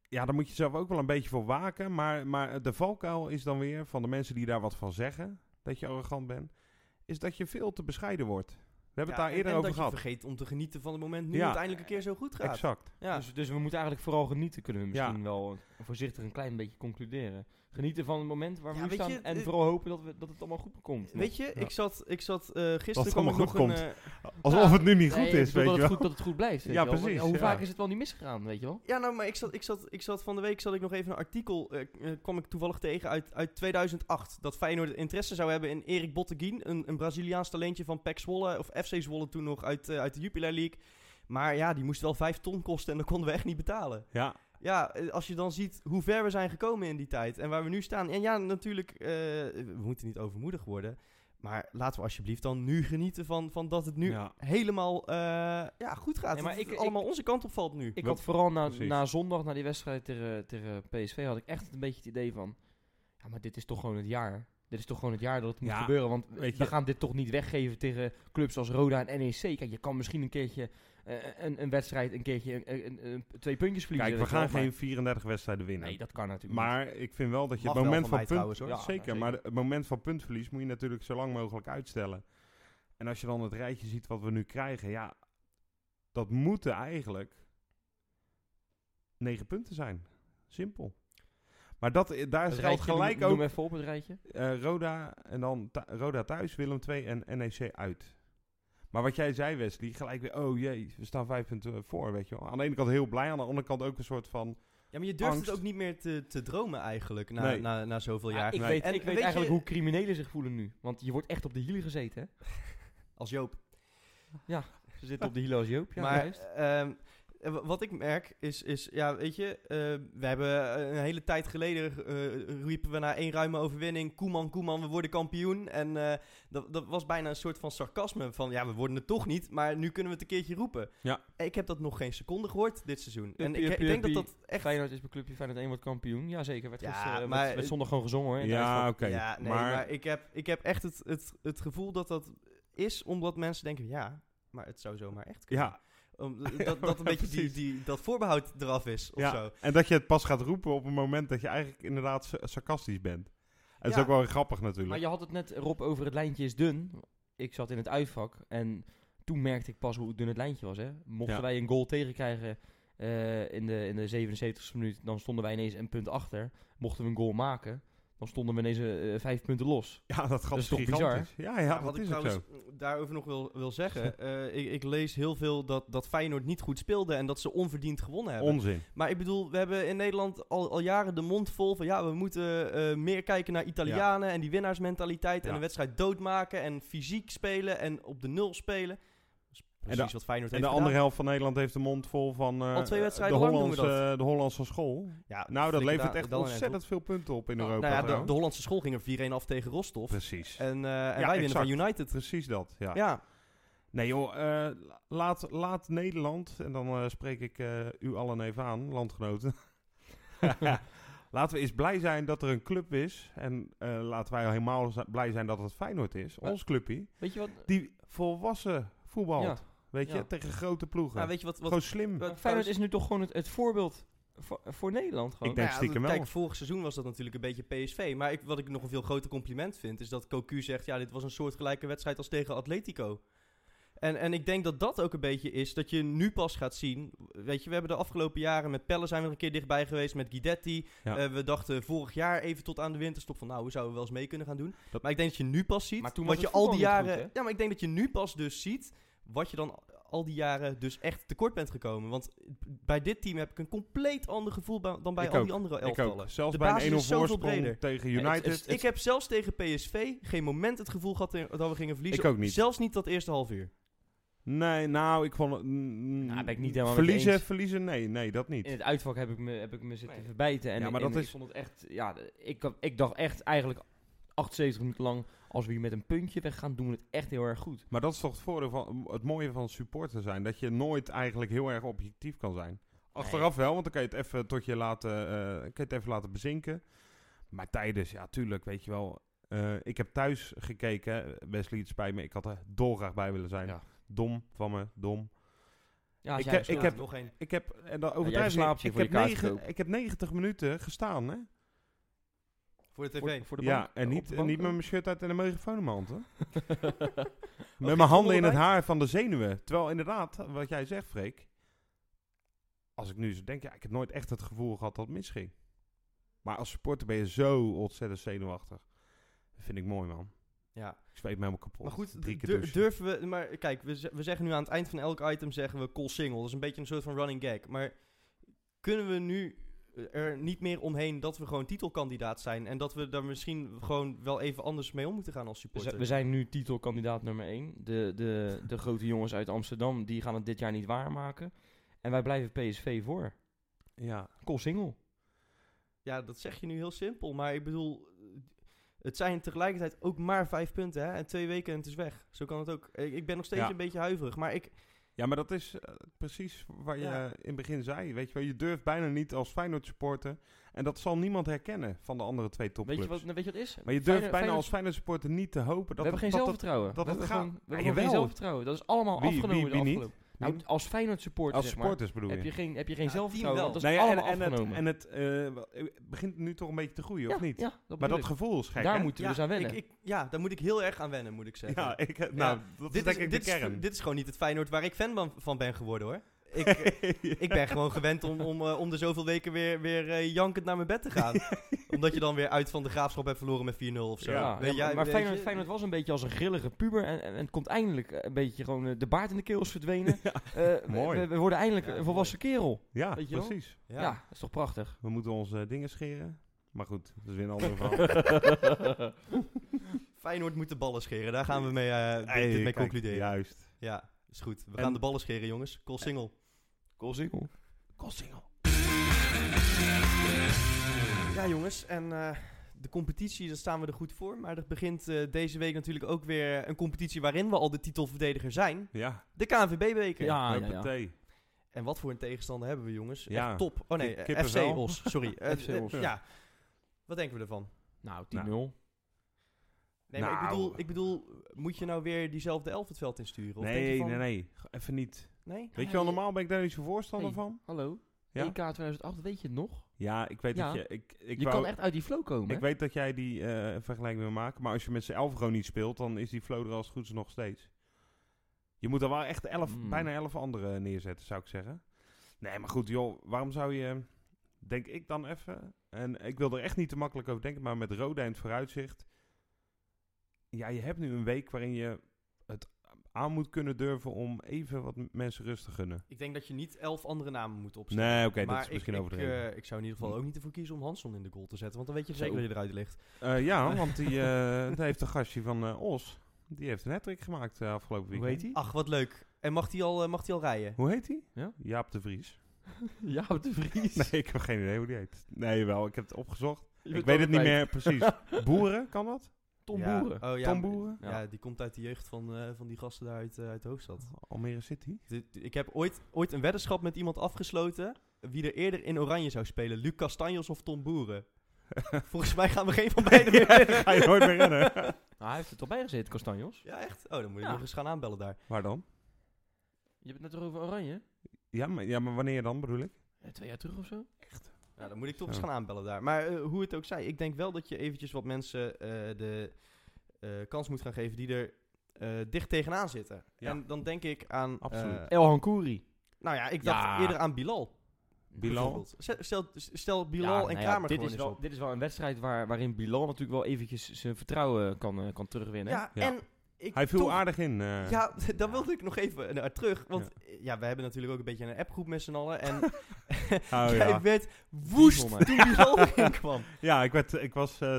Speaker 1: ja, daar moet je zelf ook wel een beetje voor waken. Maar, maar de valkuil is dan weer van de mensen die daar wat van zeggen, dat je arrogant bent, is dat je veel te bescheiden wordt. We hebben het daar
Speaker 2: en-
Speaker 1: eerder
Speaker 2: en
Speaker 1: over
Speaker 2: dat
Speaker 1: gehad.
Speaker 2: je vergeet om te genieten van het moment nu
Speaker 1: Ja.
Speaker 2: het eindelijk een keer zo goed gaat.
Speaker 1: Exact.
Speaker 2: Ja.
Speaker 3: Dus, dus we moeten eigenlijk vooral genieten, kunnen we
Speaker 1: Ja.
Speaker 3: misschien wel eh, voorzichtig een klein beetje concluderen. Genieten van het moment waar
Speaker 2: Ja,
Speaker 3: we nu
Speaker 2: weet
Speaker 3: staan
Speaker 2: je,
Speaker 3: en
Speaker 2: eh,
Speaker 3: vooral hopen dat, we, dat het allemaal goed komt.
Speaker 2: Weet je, ik zat, ik zat eh,
Speaker 1: Dat
Speaker 2: gisteren
Speaker 1: het
Speaker 2: kwam ik
Speaker 1: allemaal
Speaker 2: nog
Speaker 1: goed
Speaker 2: een...
Speaker 1: komt.
Speaker 2: eh,
Speaker 1: Alsof
Speaker 3: Ja,
Speaker 1: het nu niet goed
Speaker 3: Nee, ik
Speaker 1: is,
Speaker 3: bedoel
Speaker 1: weet je
Speaker 3: dat
Speaker 1: wel.
Speaker 3: het goed, dat het goed blijft. weet
Speaker 1: Ja,
Speaker 3: je wel. Want,
Speaker 1: precies,
Speaker 3: hoe
Speaker 1: ja.
Speaker 3: vaak is het wel niet misgegaan, weet je wel?
Speaker 2: ja, nou, maar ik zat, ik, zat, ik zat van de week zat ik nog even een artikel, eh, eh, kwam ik toevallig tegen uit, uit 2008, dat Feyenoord interesse zou hebben in Erik Botteguin, een, een Braziliaans talentje van PEC Zwolle, of FC Zwolle toen nog, uit, eh, uit de Jupiler League. Maar ja, die moest wel vijf ton kosten en dat konden we echt niet betalen.
Speaker 1: Ja,
Speaker 2: Ja, eh, als je dan ziet hoe ver we zijn gekomen in die tijd en waar we nu staan. En ja, natuurlijk, eh, we moeten niet overmoedig worden. Maar laten we alsjeblieft dan nu genieten van, van dat het nu
Speaker 1: Ja.
Speaker 2: helemaal eh, ja, goed gaat.
Speaker 3: Nee, maar
Speaker 2: dat
Speaker 3: ik-
Speaker 2: het allemaal onze kant op valt nu.
Speaker 3: Ik
Speaker 1: Wel-
Speaker 3: had vooral na,
Speaker 1: precies.
Speaker 3: na zondag, na die wedstrijd tegen tegen PSV, had ik echt een beetje het idee van... Ja, maar dit is toch gewoon het jaar. dit is toch gewoon het jaar dat het moet
Speaker 1: Ja,
Speaker 3: gebeuren. Want
Speaker 1: weet
Speaker 3: we
Speaker 1: je-
Speaker 3: gaan dit toch niet weggeven tegen clubs als Roda en NEC. Kijk, je kan misschien een keertje eh, een, een wedstrijd, een keertje een, een- een- twee puntjes
Speaker 1: Kijk,
Speaker 3: verliezen.
Speaker 1: we
Speaker 3: weet je
Speaker 1: gaan
Speaker 3: wel,
Speaker 1: geen 34 wedstrijden
Speaker 3: maar-
Speaker 1: winnen.
Speaker 3: Nee, dat kan natuurlijk niet.
Speaker 1: maar ik vind wel dat je
Speaker 2: Mag
Speaker 1: het
Speaker 2: wel
Speaker 1: moment van,
Speaker 2: van mij
Speaker 1: punt...
Speaker 2: trouwens, hoor.
Speaker 3: Ja,
Speaker 1: zeker,
Speaker 3: zeker.
Speaker 1: maar de- het moment van puntverlies moet je natuurlijk zo lang mogelijk uitstellen. En als je dan het rijtje ziet wat we nu krijgen, ja, dat moeten eigenlijk negen punten zijn. Simpel. Maar dat, daar
Speaker 3: Het
Speaker 1: geldt
Speaker 3: rijtje,
Speaker 1: gelijk
Speaker 3: noem,
Speaker 1: ook
Speaker 3: Noem even op het rijtje.
Speaker 1: eh, Roda en dan thu- Roda thuis, Willem 2 en NEC uit. Maar wat jij zei, Wesley, gelijk weer, oh jee, we staan vijf punten voor, weet je wel. Aan de ene kant heel blij, aan de andere kant ook een soort van...
Speaker 2: Ja, maar je durft
Speaker 1: Angst.
Speaker 2: het ook niet meer te, te dromen eigenlijk na,
Speaker 1: Nee.
Speaker 2: na, na zoveel
Speaker 3: Ah,
Speaker 2: jaar.
Speaker 3: ik
Speaker 1: Nee.
Speaker 3: weet,
Speaker 2: En
Speaker 3: ik weet,
Speaker 2: weet je-
Speaker 3: eigenlijk hoe criminelen zich voelen nu. Want je wordt echt op de hielen gezeten, hè?
Speaker 2: Als Joop.
Speaker 3: Ze zitten op de hielen als Joop, ja,
Speaker 2: maar
Speaker 3: juist.
Speaker 2: ehm, eh, wa- wat ik merk is, is ja, weet je, eh, we hebben eh, een hele tijd geleden eh, riepen we naar één ruime overwinning. Koeman, Koeman, we worden kampioen. En eh, dat, dat was bijna een soort van sarcasme van, ja, we worden het toch niet, maar nu kunnen we het een keertje roepen. Eh,
Speaker 1: Ja.
Speaker 2: Ik heb dat nog geen seconde gehoord dit seizoen. En
Speaker 3: Uppie,
Speaker 2: ik, ik
Speaker 3: uppie,
Speaker 2: denk dat
Speaker 3: uppie.
Speaker 2: dat echt...
Speaker 3: Feyenoord is mijn clubje, Feyenoord 1 wordt kampioen. Jazeker, werd,
Speaker 2: Ja,
Speaker 3: gisteren, eh, werd-
Speaker 2: maar-
Speaker 3: werd zondag gewoon gezongen, hoor. in de
Speaker 1: Ja,
Speaker 3: uitslag.
Speaker 1: oké.
Speaker 2: ja, nee, maar,
Speaker 1: maar,
Speaker 2: ik, heb, ik heb echt het, het, het gevoel dat dat is omdat mensen denken, ja, maar het zou zomaar echt kunnen.
Speaker 1: ja,
Speaker 2: Om- dat, dat een beetje die,
Speaker 1: Precies.
Speaker 2: die, dat voorbehoud eraf is of
Speaker 1: ja.
Speaker 2: zo.
Speaker 1: en dat je het pas gaat roepen op een moment dat je eigenlijk inderdaad sa- sarcastisch bent. En dat is
Speaker 2: Ja.
Speaker 1: ook wel grappig
Speaker 3: Maar
Speaker 1: natuurlijk.
Speaker 3: je had het net, Rob, over het lijntje is dun. Ik zat in het uitvak en toen merkte ik pas hoe dun het lijntje was. Hè. Mochten
Speaker 1: Ja.
Speaker 3: wij een goal tegenkrijgen eh, in, de, in de 77ste minuut, dan stonden wij ineens een punt achter. Mochten we een goal maken, dan stonden we ineens eh, eh, vijf punten los.
Speaker 1: Ja, dat
Speaker 3: Dat
Speaker 1: gaat
Speaker 3: is
Speaker 1: is
Speaker 3: toch
Speaker 1: gigantisch. Ja, ja,
Speaker 2: Nou, wat
Speaker 1: dat
Speaker 2: ik
Speaker 1: is ook
Speaker 2: trouwens
Speaker 1: zo.
Speaker 2: daarover nog wil, wil zeggen, eh, ik, ik lees heel veel dat, dat Feyenoord niet goed speelde en dat ze onverdiend gewonnen hebben.
Speaker 1: Onzin.
Speaker 2: maar ik bedoel, we hebben in Nederland al, al jaren de mond vol van ja, we moeten eh, meer kijken naar Italianen en die winnaarsmentaliteit en
Speaker 1: Ja.
Speaker 2: de wedstrijd doodmaken en fysiek spelen en op de nul spelen. Dat is precies wat Feyenoord
Speaker 1: En
Speaker 2: heeft
Speaker 1: de
Speaker 2: gedaan.
Speaker 1: andere helft van Nederland heeft de mond vol van eh,
Speaker 2: Al twee
Speaker 1: eh,
Speaker 2: wedstrijden
Speaker 1: de,
Speaker 2: lang doen we
Speaker 1: Hollandse, de Hollandse school.
Speaker 2: Ja,
Speaker 1: Nou, dat
Speaker 2: flikker
Speaker 1: levert
Speaker 2: daar-
Speaker 1: echt
Speaker 2: dan en even op.
Speaker 1: ontzettend veel punten op in Europa.
Speaker 2: Nou ja, de,
Speaker 1: trouwens.
Speaker 2: de Hollandse school ging er 4-1 af tegen Rostov.
Speaker 1: Precies.
Speaker 2: En, eh, en
Speaker 1: Ja,
Speaker 2: wij winnen
Speaker 1: exact.
Speaker 2: van United.
Speaker 1: Precies dat, ja.
Speaker 2: Ja,
Speaker 1: Nee joh, eh, laat, laat Nederland, en dan eh, spreek ik eh, u allen even aan, landgenoten. laten we eens blij zijn dat er een club is. En eh, laten wij al helemaal za- blij zijn dat het Feyenoord is,
Speaker 3: Maar-
Speaker 1: ons clubje.
Speaker 3: Weet je wat?
Speaker 1: Die volwassen voetbal,
Speaker 3: Ja.
Speaker 1: weet je,
Speaker 3: ja.
Speaker 1: tegen grote ploegen.
Speaker 2: maar nou, weet je wat... wat
Speaker 1: Gewoon slim.
Speaker 2: wat-
Speaker 3: Feyenoord is nu toch gewoon het, het voorbeeld voor, voor Nederland gewoon.
Speaker 1: Ik denk stiekem wel.
Speaker 2: Kijk, vorig seizoen was dat natuurlijk een beetje PSV. Maar ik, wat ik nog een veel groter compliment vind, is dat Cocu zegt... Ja, dit was een soortgelijke wedstrijd als tegen Atletico. En, en ik denk dat dat ook een beetje is, dat je nu pas gaat zien... Weet je, we hebben de afgelopen jaren met Pelle zijn we er een keer dichtbij geweest, met Guidetti.
Speaker 1: Ja.
Speaker 2: Eh, we dachten vorig jaar even tot aan de winterstop van... Nou, we zouden wel eens mee kunnen gaan doen.
Speaker 1: Dat-
Speaker 2: maar ik denk dat je nu pas ziet...
Speaker 3: Maar toen
Speaker 2: wat
Speaker 3: was
Speaker 2: je
Speaker 3: het
Speaker 2: al die
Speaker 3: voetbal niet
Speaker 2: jaren...
Speaker 3: goed,
Speaker 2: ja, maar ik denk dat je nu pas dus ziet wat je dan al die jaren dus echt tekort bent gekomen. Want bij dit team heb ik een compleet ander gevoel ba- dan bij
Speaker 1: Ik
Speaker 2: al
Speaker 1: ook.
Speaker 2: die andere
Speaker 1: ik
Speaker 2: elftallen.
Speaker 1: ook. Zelfs
Speaker 2: De
Speaker 1: bij
Speaker 2: basis
Speaker 1: een 1-0
Speaker 2: is zoveel
Speaker 1: voorsprong
Speaker 2: breder.
Speaker 1: tegen
Speaker 3: Het-
Speaker 1: United.
Speaker 3: het-
Speaker 2: Ik heb zelfs tegen PSV geen moment het gevoel gehad dat we gingen verliezen.
Speaker 1: Ik ook niet.
Speaker 2: Zelfs niet dat eerste half uur.
Speaker 1: Nee, nou, ik vond... het- mm,
Speaker 3: Nou, ben ik niet helemaal met je
Speaker 1: Verliezen,
Speaker 3: eens.
Speaker 1: verliezen, nee, nee, dat niet.
Speaker 3: In het uitvak heb ik me, heb ik me zitten
Speaker 2: Nee.
Speaker 3: verbijten. En,
Speaker 1: Ja, maar
Speaker 3: en
Speaker 1: dat
Speaker 3: ik
Speaker 1: is-
Speaker 3: vond het echt... Ja, ik, had- ik dacht echt eigenlijk 78 minuten lang... als we hier met een puntje weg gaan, doen we het echt heel erg goed.
Speaker 1: Maar dat is toch het voordeel van het mooie van supporter zijn. Dat je nooit eigenlijk heel erg objectief kan zijn. Achteraf wel, want dan kan je het even tot je laten, eh, kan je het even laten bezinken. Maar tijdens, ja, tuurlijk, weet je wel. Eh, ik heb thuis gekeken, Wesley, het spijt me. Ik had er dolgraag bij willen zijn.
Speaker 3: Ja.
Speaker 1: Dom van me, dom.
Speaker 3: Ja, dus
Speaker 1: Ik
Speaker 3: zij
Speaker 1: heb- ik
Speaker 3: beslaan.
Speaker 1: heb-
Speaker 2: nog één.
Speaker 1: Ik heb, en dat
Speaker 3: jij
Speaker 1: overdrijf ik niet.
Speaker 3: verslaapt je
Speaker 1: ik,
Speaker 3: voor
Speaker 1: heb
Speaker 3: je
Speaker 1: negen-
Speaker 3: kaartverkoop.
Speaker 1: ik heb 90 minuten gestaan, hè?
Speaker 2: Voor de tv.
Speaker 3: Voor, voor de bank. eh,
Speaker 1: Ja, en
Speaker 3: Op
Speaker 1: niet,
Speaker 3: de bank.
Speaker 1: niet met mijn shirt uit en een microfoon in mijn hand, hè?
Speaker 2: geen
Speaker 1: met mijn handen in
Speaker 2: onderbij?
Speaker 1: het haar van de zenuwen. Terwijl inderdaad, wat jij zegt, Freek. Als ik nu zo denk, ja, ik heb nooit echt het gevoel gehad dat het misging. Maar als supporter ben je zo ontzettend zenuwachtig. Dat vind ik mooi, man.
Speaker 2: ja.
Speaker 1: Ik zweet me helemaal kapot.
Speaker 2: Maar goed,
Speaker 1: drie keer dus.
Speaker 2: dur-
Speaker 1: douchen.
Speaker 2: durven we... Maar kijk, we, ze- we zeggen nu aan het eind van elk item zeggen we call single. Dat is een beetje een soort van running gag. Maar kunnen we nu er niet meer omheen dat we gewoon titelkandidaat zijn... en dat we daar misschien gewoon wel even anders mee om moeten gaan als
Speaker 3: We
Speaker 2: supporter?
Speaker 3: zijn- We zijn nu titelkandidaat nummer 1. De, de, de grote jongens uit Amsterdam, die gaan het dit jaar niet waarmaken. En wij blijven PSV voor.
Speaker 1: Ja,
Speaker 3: Kool single.
Speaker 2: Ja, dat zeg je nu heel simpel. Maar ik bedoel, het zijn tegelijkertijd ook maar vijf punten. Hè? En twee weken en het is weg. Zo kan het ook. Ik, ik ben nog steeds
Speaker 1: Ja.
Speaker 2: een beetje huiverig. Maar ik,
Speaker 1: Ja, maar dat is eh, precies waar je
Speaker 2: Ja.
Speaker 1: eh, in het begin zei. Weet je wel, je durft bijna niet als Feyenoord supporter. En dat zal niemand herkennen van de andere twee
Speaker 3: Weet
Speaker 1: topclubs.
Speaker 3: je, wat, weet je wat is?
Speaker 1: maar je durft
Speaker 3: Feyenoord-
Speaker 1: bijna
Speaker 3: Feyenoord-
Speaker 1: als Feyenoord supporter niet te hopen
Speaker 3: We
Speaker 1: dat
Speaker 3: hebben geen
Speaker 1: het, dat het-
Speaker 3: zelfvertrouwen.
Speaker 1: dat
Speaker 3: we
Speaker 1: het
Speaker 3: hebben
Speaker 1: gaat.
Speaker 3: gewoon,
Speaker 1: Ja,
Speaker 3: we hebben gewoon geen
Speaker 1: jawel.
Speaker 3: zelfvertrouwen. Dat is allemaal
Speaker 1: Wie-
Speaker 3: afgenomen
Speaker 1: wie-
Speaker 3: de
Speaker 1: wie niet?
Speaker 3: afgelopen- Nou, als Feyenoord supporter,
Speaker 1: als
Speaker 3: zeg maar,
Speaker 1: supporters bedoel
Speaker 3: heb je
Speaker 1: je.
Speaker 3: geen, heb je geen
Speaker 2: Ja, team
Speaker 3: zelfvertrouwen.
Speaker 2: wel.
Speaker 3: want Dat is
Speaker 1: Nou ja, en,
Speaker 3: allemaal
Speaker 1: en het,
Speaker 3: afgenomen.
Speaker 1: en het eh, wel- eh, begint nu toch een beetje te groeien, of
Speaker 3: Ja,
Speaker 1: niet?
Speaker 3: ja, dat
Speaker 1: maar
Speaker 3: bedoel
Speaker 1: dat
Speaker 3: ik.
Speaker 1: gevoel is gek,
Speaker 3: Daar
Speaker 1: hè?
Speaker 3: moet je dus aan wennen.
Speaker 2: Ik, ik, ja, daar moet ik heel erg aan wennen, moet ik zeggen.
Speaker 1: Ja, ik, nou, dat is
Speaker 2: dit,
Speaker 1: denk
Speaker 2: is,
Speaker 1: ik de
Speaker 2: dit,
Speaker 1: kern.
Speaker 2: is, dit is gewoon niet het Feyenoord waar ik fan van, van ben geworden, hoor. Ik,
Speaker 3: eh,
Speaker 2: ik ben gewoon gewend om, om, eh, om de zoveel weken weer, weer eh, jankend naar mijn bed te gaan. Omdat je dan weer uit van de graafschap hebt verloren met 4-0 of zo.
Speaker 1: Ja.
Speaker 3: Ja,
Speaker 2: Weet
Speaker 3: ja,
Speaker 2: jij-
Speaker 3: maar
Speaker 2: weet
Speaker 3: Feyenoord,
Speaker 2: je-
Speaker 3: Feyenoord was een beetje als een grillige puber. En, en, en het komt eindelijk een beetje gewoon eh, de baard in de keel is verdwenen. Eh, we-
Speaker 1: Mooi.
Speaker 3: We, we worden eindelijk
Speaker 2: Ja,
Speaker 3: een volwassen kerel.
Speaker 1: ja,
Speaker 3: Weet je wel?
Speaker 1: precies.
Speaker 3: Ja.
Speaker 2: Ja.
Speaker 3: dat is toch prachtig.
Speaker 1: We moeten onze dingen scheren. Maar goed, dat is weer een ander verhaal.
Speaker 2: Feyenoord moet de ballen scheren. Daar gaan we mee, eh, dit-
Speaker 1: Hey,
Speaker 2: dit mee
Speaker 1: kijk,
Speaker 2: concluderen. Ja.
Speaker 1: Juist.
Speaker 2: is goed. We
Speaker 1: En-
Speaker 2: gaan de ballen scheren, jongens. Call single.
Speaker 3: Koolsingel.
Speaker 2: Ja, jongens. En eh, de competitie, daar staan we er goed voor. Maar er begint eh, deze week natuurlijk ook weer een competitie waarin we al de titelverdediger zijn.
Speaker 1: Ja,
Speaker 2: De KNVB-beker.
Speaker 3: Ah, Ja, ja, ja.
Speaker 1: huppatee.
Speaker 2: En wat voor een tegenstander hebben we, jongens?
Speaker 1: Ja.
Speaker 2: Echt top. Oh nee,
Speaker 1: Ki-
Speaker 2: eh, FC
Speaker 1: kippenvel.
Speaker 2: Os. Sorry. Eh,
Speaker 3: FC Os.
Speaker 2: eh, ja. Wat denken we ervan?
Speaker 3: Nou, 10-0.
Speaker 2: Nee, maar ik
Speaker 1: Nou.
Speaker 2: bedoel, ik bedoel, moet je nou weer diezelfde elf het veld insturen? Of denk je
Speaker 1: Nee,
Speaker 2: van,
Speaker 1: nee, nee. G- Even niet.
Speaker 2: nee?
Speaker 1: Weet je wel, normaal ben ik daar niet zo voorstander
Speaker 3: Nee.
Speaker 1: van.
Speaker 3: Hallo?
Speaker 1: Ja?
Speaker 3: EK 2008, weet je het nog?
Speaker 1: Ja, ik weet
Speaker 3: Ja.
Speaker 1: dat je... Ik, ik
Speaker 3: je
Speaker 1: wou-
Speaker 3: kan echt uit die flow komen.
Speaker 1: ik weet dat jij die eh, vergelijking wil maken. Maar als je met z'n elf gewoon niet speelt, dan is die flow er als het goed is nog steeds. Je moet er wel echt elf,
Speaker 3: Mm.
Speaker 1: bijna elf andere neerzetten, zou ik zeggen. Nee, maar goed, joh. Waarom zou je... Denk ik dan even. En ik wil er echt niet te makkelijk over denken, maar met Roda in het vooruitzicht... Ja, je hebt nu een week waarin je het aan moet kunnen durven om even wat m- mensen rust te gunnen.
Speaker 2: Ik denk dat je niet elf andere namen moet opstellen.
Speaker 1: Nee, oké, dat
Speaker 2: maar
Speaker 1: is misschien
Speaker 2: ik, ik,
Speaker 1: overdreven. Hm.
Speaker 2: eh, ik zou in ieder geval ook niet ervoor kiezen om Hanson in de goal te zetten. Want dan weet je
Speaker 3: Zo.
Speaker 2: zeker dat je eruit ligt.
Speaker 1: Eh, ja, want die eh, dat heeft een gastje van eh, Os. Die heeft een hattrick gemaakt eh, afgelopen
Speaker 3: Hoe
Speaker 1: weekend.
Speaker 3: heet hij?
Speaker 2: Ach, wat leuk. En mag die al, eh, mag die al rijden?
Speaker 1: Hoe heet hij?
Speaker 3: Ja?
Speaker 1: Jaap de Vries.
Speaker 3: Ja, de Vries.
Speaker 1: Nee, ik heb geen idee hoe die heet. Nee, wel, ik heb het opgezocht.
Speaker 3: Je
Speaker 1: ik
Speaker 3: bent
Speaker 1: weet het niet
Speaker 3: kwijt.
Speaker 1: meer precies. Boeren, kan dat?
Speaker 3: Tom
Speaker 2: Ja.
Speaker 3: Boeren.
Speaker 2: Oh, ja,
Speaker 1: Tom Boeren?
Speaker 2: Ja, die komt uit de jeugd van, eh, van die gasten daar uit, eh, uit de hoofdstad.
Speaker 1: Almere City?
Speaker 2: Dit- Ik heb ooit, ooit een weddenschap met iemand afgesloten. Wie er eerder in Oranje zou spelen. Luc Castanjos of Tom Boeren. Volgens mij gaan we geen van beiden meer
Speaker 1: Ja,
Speaker 2: winnen.
Speaker 1: Ga je nooit meer rennen.
Speaker 3: Nou, hij heeft er toch bij gezeten, Castanjos?
Speaker 2: Ja, echt? Oh, dan moet ik
Speaker 3: Ja.
Speaker 2: nog eens gaan aanbellen daar.
Speaker 1: Waar dan?
Speaker 3: Je hebt het net over Oranje.
Speaker 1: Ja maar, ja, maar wanneer dan bedoel ik?
Speaker 3: Eh, twee jaar terug of zo?
Speaker 2: Ja, dan moet ik toch eens
Speaker 1: Zo.
Speaker 2: gaan aanbellen daar. Maar eh, hoe het ook zij, ik denk wel dat je eventjes wat mensen eh, de eh, kans moet gaan geven die er eh, dicht tegenaan zitten.
Speaker 1: Ja.
Speaker 2: En dan denk ik aan... eh,
Speaker 1: Absoluut.
Speaker 3: El Hankouri.
Speaker 2: nou ja, ik dacht
Speaker 3: Ja.
Speaker 2: eerder aan Bilal.
Speaker 1: Bilal?
Speaker 2: bijvoorbeeld. Stel, stel- stel Bilal en
Speaker 3: nou ja,
Speaker 2: Kramer
Speaker 3: dit
Speaker 2: gewoon
Speaker 3: is
Speaker 2: eens
Speaker 3: wel,
Speaker 2: op.
Speaker 3: Dit is wel een wedstrijd waar, waarin Bilal natuurlijk wel eventjes zijn vertrouwen kan, eh, kan terugwinnen.
Speaker 2: Ja,
Speaker 1: Ja.
Speaker 2: en... Ik
Speaker 1: Hij viel
Speaker 2: toch-
Speaker 1: aardig in. eh.
Speaker 2: Ja, daar
Speaker 3: Ja.
Speaker 2: wilde ik nog even eh, naar terug. Want eh, ja. we hebben natuurlijk ook een beetje een appgroep met z'n allen. En
Speaker 1: Oh,
Speaker 2: jij
Speaker 1: ja.
Speaker 2: werd woest
Speaker 3: Diesel, man.
Speaker 2: toen die bal erin kwam.
Speaker 1: ja, ik, werd, ik was eh,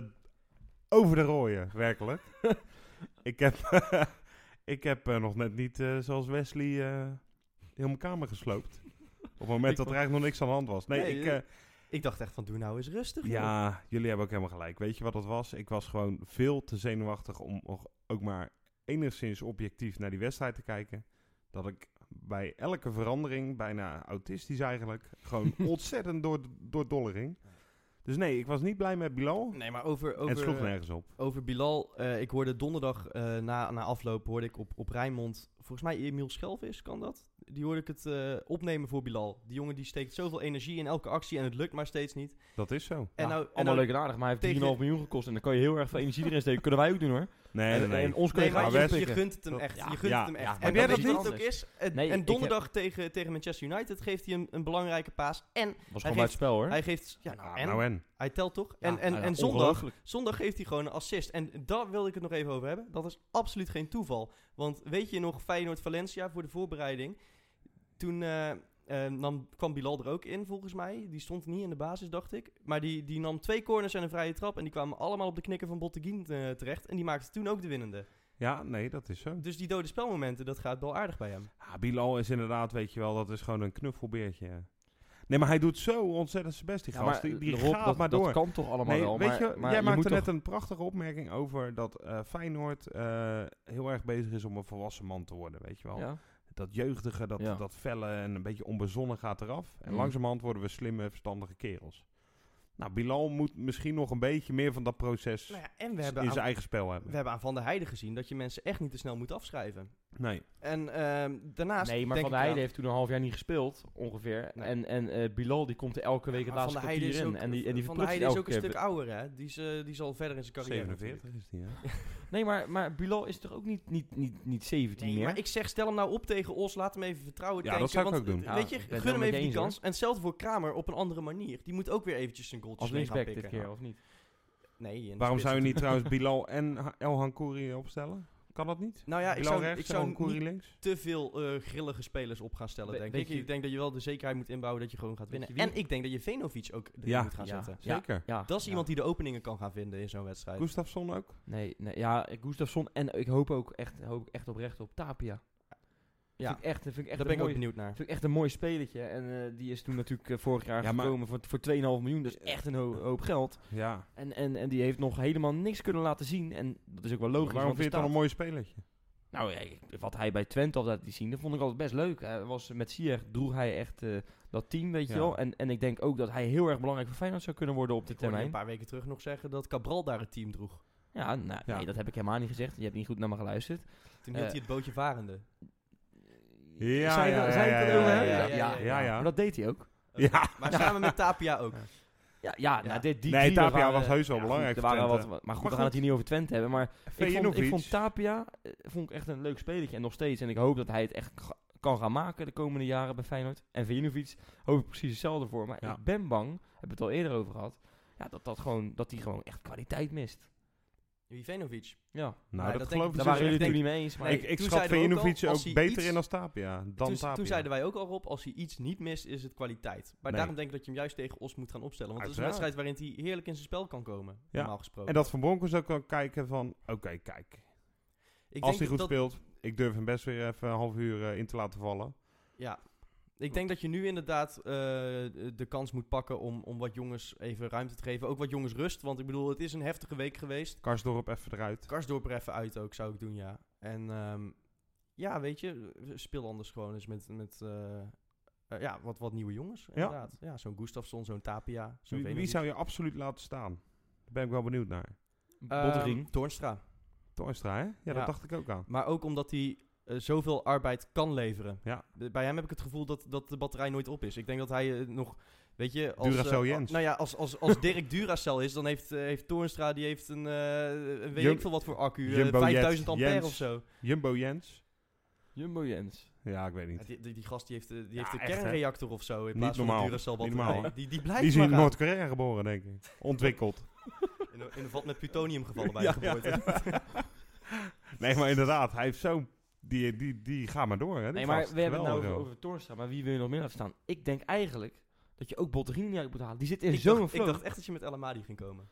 Speaker 1: over de rooien, werkelijk. ik heb, ik heb eh, nog net niet, eh, zoals Wesley, eh, heel mijn kamer gesloopt. Op het moment
Speaker 2: Ik
Speaker 1: dat er eigenlijk nog niks aan de hand was. Nee,
Speaker 2: Nee,
Speaker 1: ik,
Speaker 2: eh,
Speaker 1: eh,
Speaker 2: Ik dacht echt van, doe nou eens rustig. joh.
Speaker 1: Ja, jullie hebben ook helemaal gelijk. Weet je wat dat was? Ik was gewoon veel te zenuwachtig om nog ook maar enigszins objectief naar die wedstrijd te kijken. Dat ik bij elke verandering, bijna autistisch eigenlijk, gewoon ontzettend door, door dollar ging. Dus nee, ik was niet blij met Bilal.
Speaker 2: Nee, maar over, eh,
Speaker 1: en het sloeg
Speaker 2: over,
Speaker 1: nergens op.
Speaker 2: over Bilal. eh, ik hoorde donderdag eh, na, na afloop hoorde ik op, op Rijnmond. Volgens mij Emiel Schelvis, kan dat? Die hoorde ik het eh, opnemen voor Bilal. Die jongen die steekt zoveel energie in elke actie en het lukt maar steeds niet.
Speaker 1: Dat is zo.
Speaker 2: En
Speaker 3: Ja,
Speaker 2: nou, en
Speaker 3: allemaal
Speaker 2: nou-
Speaker 3: leuk en aardig, maar hij heeft
Speaker 2: tegen-
Speaker 3: 3,5 miljoen gekost. En dan kan je heel erg veel energie erin steken. Kunnen wij ook doen hoor.
Speaker 1: Nee, nee,
Speaker 3: en,
Speaker 1: nee.
Speaker 3: en ons kun
Speaker 2: Nee,
Speaker 3: je
Speaker 2: maar
Speaker 3: gaan
Speaker 2: je, je
Speaker 3: wegpikken.
Speaker 2: gunt het hem
Speaker 1: Dat-
Speaker 2: echt.
Speaker 3: ja,
Speaker 2: je gunt
Speaker 1: ja,
Speaker 2: het hem
Speaker 3: ja,
Speaker 2: echt.
Speaker 3: maar
Speaker 2: en
Speaker 1: dat
Speaker 2: weet
Speaker 1: is
Speaker 2: je wat
Speaker 3: iets
Speaker 2: het ook is? Het-
Speaker 3: Nee,
Speaker 2: en
Speaker 3: ik heb-
Speaker 2: donderdag tegen, tegen Manchester United geeft hij een, een belangrijke paas. En
Speaker 3: Was
Speaker 2: Hij
Speaker 3: gewoon bij het spel hoor.
Speaker 2: hij geeft... Ja,
Speaker 1: Ah,
Speaker 2: nou, en?
Speaker 1: nou en?
Speaker 2: Hij telt toch?
Speaker 3: Ja,
Speaker 2: en en,
Speaker 3: nou ja,
Speaker 2: en zondag,
Speaker 3: ongelooflijk.
Speaker 2: zondag geeft hij gewoon een assist. En daar wilde ik het nog even over hebben. Dat is absoluut geen toeval. Want weet je nog, Feyenoord-Valencia voor de voorbereiding. Toen eh, eh, nam, kwam Bilal er ook in, volgens mij. Die stond niet in de basis, dacht ik. Maar die, die nam twee corners en een vrije trap. En die kwamen allemaal op de knikker van Botteguin eh, terecht. En die maakte toen ook de winnende.
Speaker 1: Ja, nee, dat is zo.
Speaker 2: Dus die dode spelmomenten, dat gaat wel aardig bij hem.
Speaker 1: Ah, Bilal is inderdaad, weet je wel, dat is gewoon een knuffelbeertje. Nee, maar hij doet zo ontzettend zijn best, die
Speaker 3: Ja,
Speaker 1: gast. die die
Speaker 3: Rob,
Speaker 1: gaat
Speaker 3: dat,
Speaker 1: maar
Speaker 3: dat
Speaker 1: door.
Speaker 3: kan toch allemaal
Speaker 1: Nee,
Speaker 3: wel.
Speaker 1: weet
Speaker 3: maar,
Speaker 1: je,
Speaker 3: maar
Speaker 1: jij
Speaker 3: je
Speaker 1: maakte
Speaker 3: moet
Speaker 1: net
Speaker 3: toch-
Speaker 1: een prachtige opmerking over dat eh, Feyenoord eh, heel erg bezig is om een volwassen man te worden, weet je wel.
Speaker 3: Ja.
Speaker 1: dat jeugdige, dat,
Speaker 3: Ja.
Speaker 1: dat felle en een beetje onbezonnen gaat eraf. En
Speaker 3: Mm.
Speaker 1: langzamerhand worden we slimme, verstandige kerels. Nou, Bilal moet misschien nog een beetje meer van dat proces
Speaker 2: Nou ja, en we hebben,
Speaker 1: in
Speaker 2: aan,
Speaker 1: zijn eigen spel hebben.
Speaker 2: we hebben aan Van der Heijden gezien dat je mensen echt niet te snel moet afschrijven.
Speaker 1: Nee,
Speaker 2: En ehm, daarnaast.
Speaker 3: Nee, maar
Speaker 2: denk
Speaker 3: Van der
Speaker 2: ik
Speaker 3: Heijden
Speaker 2: aan-
Speaker 3: heeft toen een half jaar niet gespeeld, ongeveer.
Speaker 2: Nee.
Speaker 3: En, en eh, Bilal die komt er elke week het
Speaker 2: Maar
Speaker 3: laatste
Speaker 2: Van der Heijden
Speaker 3: kwartier
Speaker 2: is
Speaker 3: in.
Speaker 2: ook,
Speaker 3: en die, en die
Speaker 2: Van der
Speaker 3: verprutst
Speaker 2: Heijden is ook
Speaker 3: elke
Speaker 2: een
Speaker 3: keer.
Speaker 2: stuk ouder, hè? Die is, eh, die is al verder in zijn carrière. natuurlijk.
Speaker 1: 47 is die, hè?
Speaker 3: Nee, maar, maar Bilal is toch ook niet, niet, niet, niet 17
Speaker 2: Nee,
Speaker 3: meer?
Speaker 2: maar ik zeg, stel hem nou op tegen Os, laat hem even vertrouwen
Speaker 1: Ja,
Speaker 2: tanken,
Speaker 1: dat zou ik
Speaker 2: want,
Speaker 1: ook doen.
Speaker 2: eh, Weet
Speaker 3: Ja,
Speaker 2: je,
Speaker 3: ik ben het
Speaker 2: gun hem
Speaker 3: wel met
Speaker 2: even
Speaker 3: je
Speaker 2: die
Speaker 3: eens,
Speaker 2: kans. En hetzelfde voor Kramer op een andere manier. Die moet ook weer eventjes zijn goaltjes
Speaker 3: Als
Speaker 2: mee gaan
Speaker 3: linksback dit
Speaker 2: pikken.
Speaker 3: keer, of niet?
Speaker 2: Nee, in de
Speaker 1: Waarom
Speaker 2: spits
Speaker 1: zou je niet trouwens Bilal en Ha- El Hankouri opstellen? Kan dat niet?
Speaker 2: Nou ja, ik
Speaker 1: Bilal
Speaker 2: zou,
Speaker 1: rechts
Speaker 2: ik zou
Speaker 1: en Hankouri
Speaker 2: niet
Speaker 1: links?
Speaker 2: te veel eh, grillige spelers op gaan stellen,
Speaker 3: We-
Speaker 2: denk
Speaker 3: weet
Speaker 2: ik.
Speaker 3: je-
Speaker 2: Ik denk dat je wel de zekerheid moet inbouwen dat je gewoon gaat
Speaker 3: Weet
Speaker 2: winnen.
Speaker 3: je wie?
Speaker 2: En ik denk dat je Venovic ook erin
Speaker 1: Ja.
Speaker 2: moet gaan zetten.
Speaker 1: Zeker.
Speaker 3: Ja.
Speaker 2: Dat is
Speaker 3: Ja.
Speaker 2: iemand die de openingen kan gaan vinden in zo'n wedstrijd.
Speaker 1: Gustafsson ook?
Speaker 3: Nee, nee ja, Gustafsson en ik hoop ook echt, hoop ik echt oprecht op Tapia.
Speaker 2: Ja.
Speaker 3: Ja. Vind ik echt, vind ik echt
Speaker 2: Daar ben
Speaker 3: een
Speaker 2: ik ook
Speaker 3: mooie-
Speaker 2: benieuwd naar.
Speaker 3: Vind ik echt een mooi spelletje. En eh, die is toen natuurlijk eh, vorig jaar
Speaker 1: Ja, maar-
Speaker 3: gekomen voor, voor 2,5 miljoen. Dat is echt een ho- hoop geld.
Speaker 1: Ja.
Speaker 3: En, en, en die heeft nog helemaal niks kunnen laten zien. En dat is ook wel logisch.
Speaker 1: Waarom vind
Speaker 3: want
Speaker 1: je het dan
Speaker 3: er
Speaker 1: een mooi spelertje?
Speaker 3: staat- Nou, ja, ik- wat hij bij Twente altijd liet zien, dat vond ik altijd best leuk. Hij was, met Sier droeg hij echt eh, dat team, weet
Speaker 1: Ja.
Speaker 3: je wel. En, en ik denk ook dat hij heel erg belangrijk voor Feyenoord zou kunnen worden op de
Speaker 2: Ik hoorde je een
Speaker 3: termijn.
Speaker 2: paar weken terug nog zeggen dat Cabral daar het team droeg.
Speaker 3: Ja, nou,
Speaker 1: Ja.
Speaker 3: nee, dat heb ik helemaal niet gezegd. Je hebt niet goed naar me geluisterd.
Speaker 2: Toen hield
Speaker 3: Eh.
Speaker 2: hij het bootje varende.
Speaker 1: Ja,
Speaker 3: Zei ik
Speaker 1: ja,
Speaker 3: dat-
Speaker 1: ja,
Speaker 3: zei ik dat
Speaker 1: ja,
Speaker 3: over
Speaker 1: ja,
Speaker 3: hem?
Speaker 1: ja,
Speaker 2: ja, ja,
Speaker 1: ja. Ja.
Speaker 3: Maar dat deed hij ook.
Speaker 1: Ja.
Speaker 2: Maar samen met Tapia ook.
Speaker 3: Ja, ja, nou, dit, die
Speaker 1: Nee,
Speaker 3: drie, dat
Speaker 1: Tapia
Speaker 3: waren-
Speaker 1: was heus wel
Speaker 3: ja,
Speaker 1: belangrijk
Speaker 3: goed,
Speaker 1: voor
Speaker 3: er waren
Speaker 1: Twente.
Speaker 3: wat, maar goed,
Speaker 1: Maar
Speaker 3: we gaan het hier niet over Twente hebben. Maar ik vond, ik
Speaker 1: Vejanovic.
Speaker 3: vond Tapia eh, vond ik echt een leuk spelletje. En nog steeds. En ik hoop dat hij het echt ga- kan gaan maken de komende jaren bij Feyenoord. En Vejanovic hoop ik precies hetzelfde voor. Maar
Speaker 1: Ja.
Speaker 3: ik ben bang, we hebben het al eerder over gehad, ja, dat, dat, gewoon, dat hij gewoon echt kwaliteit mist.
Speaker 2: Ivanovic.
Speaker 3: Ja,
Speaker 1: Nou,
Speaker 2: Nee,
Speaker 1: dat,
Speaker 2: dat denk
Speaker 1: geloof
Speaker 2: ik-
Speaker 1: ik
Speaker 3: daar
Speaker 2: dus
Speaker 3: waren
Speaker 1: dus echt
Speaker 3: jullie het toen
Speaker 1: niet.
Speaker 3: niet mee eens. Maar
Speaker 2: Nee,
Speaker 1: Ik, ik
Speaker 2: toen
Speaker 1: schat
Speaker 2: zeiden we ook al,
Speaker 1: Vejanovic ook,
Speaker 2: als hij
Speaker 1: beter
Speaker 2: iets-
Speaker 1: in als Tapia dan
Speaker 2: Toen,
Speaker 1: Tapia.
Speaker 2: toen zeiden wij ook al op, als hij iets niet mist, is het kwaliteit. Maar
Speaker 1: Nee.
Speaker 2: daarom denk ik dat je hem juist tegen Os moet gaan opstellen. Want het is een
Speaker 1: Uiteraard.
Speaker 2: wedstrijd waarin hij heerlijk in zijn spel kan komen,
Speaker 1: Ja.
Speaker 2: normaal gesproken.
Speaker 1: En dat Van Bronckhorst ook kan kijken van, oké, kijk.
Speaker 2: ik
Speaker 1: als hij
Speaker 2: denk
Speaker 1: goed
Speaker 2: dat-
Speaker 1: speelt, ik durf hem best weer even een half uur eh, in te laten vallen.
Speaker 2: Ja. Ik denk dat je nu inderdaad eh, de kans moet pakken om, om wat jongens even ruimte te geven. Ook wat jongens rust, want ik bedoel, het is een heftige week geweest.
Speaker 1: Karsdorp even eruit.
Speaker 2: Karsdorp er even uit ook, zou ik doen, ja. En ehm, ja, weet je, speel anders gewoon eens met, met eh, eh, ja, wat, wat nieuwe jongens, inderdaad. Ja, zo'n Gustafsson, zo'n Tapia,
Speaker 1: Wie,
Speaker 2: zo'n
Speaker 1: wie
Speaker 2: Venovic.
Speaker 1: zou je absoluut laten staan? Daar ben ik wel benieuwd naar.
Speaker 2: Ehm,
Speaker 3: Botterien.
Speaker 2: Toornstra.
Speaker 1: Toornstra, hè? Ja,
Speaker 2: Ja.
Speaker 1: dat dacht ik ook aan.
Speaker 2: Maar ook omdat hij eh, zoveel arbeid kan leveren.
Speaker 1: Ja.
Speaker 2: B- Bij hem heb ik het gevoel dat, dat de batterij nooit op is. Ik denk dat hij eh, nog, weet je... Als,
Speaker 1: Duracell
Speaker 2: eh, al-
Speaker 1: Jens.
Speaker 2: nou ja, als, als, als Dirk Duracell is, dan heeft, eh, heeft Toornstra, die heeft een, eh, een weet
Speaker 1: Jum-
Speaker 2: ik veel wat voor accu, eh,
Speaker 1: Jumbo Jet,
Speaker 2: 5000 ampère
Speaker 1: Jens.
Speaker 2: of zo.
Speaker 1: Jumbo Jens?
Speaker 3: Jumbo Jens.
Speaker 1: Ja, ik weet
Speaker 2: Ja,
Speaker 1: niet.
Speaker 2: die, die, die gast die heeft, eh, die
Speaker 1: Ja,
Speaker 2: heeft een
Speaker 1: echt, hè?
Speaker 2: kernreactor of zo in
Speaker 1: Niet
Speaker 2: plaats van
Speaker 1: normaal.
Speaker 2: een Duracell
Speaker 1: Niet
Speaker 2: batterij.
Speaker 1: normaal.
Speaker 2: Die, die blijft
Speaker 1: Die is in
Speaker 2: maar aan.
Speaker 1: Noord-Korea geboren, denk ik. Ontwikkeld.
Speaker 2: In, een- in een vat met plutonium gevallen bij
Speaker 1: Ja,
Speaker 2: de geboorte.
Speaker 1: Nee, maar inderdaad, hij heeft zo'n... Die, die, die gaat maar door, hè? die
Speaker 3: Nee, maar
Speaker 1: gast.
Speaker 3: we hebben het nou
Speaker 1: Geweldig,
Speaker 3: over,
Speaker 1: joh.
Speaker 3: over Toornstra. Maar wie wil je nog meer laten staan? Ik denk eigenlijk dat je ook Botterien niet uit moet halen. Die zit in
Speaker 2: ik,
Speaker 3: zo'n
Speaker 2: dacht, ik
Speaker 3: flow.
Speaker 2: dacht echt dat je met El Amadi ging komen.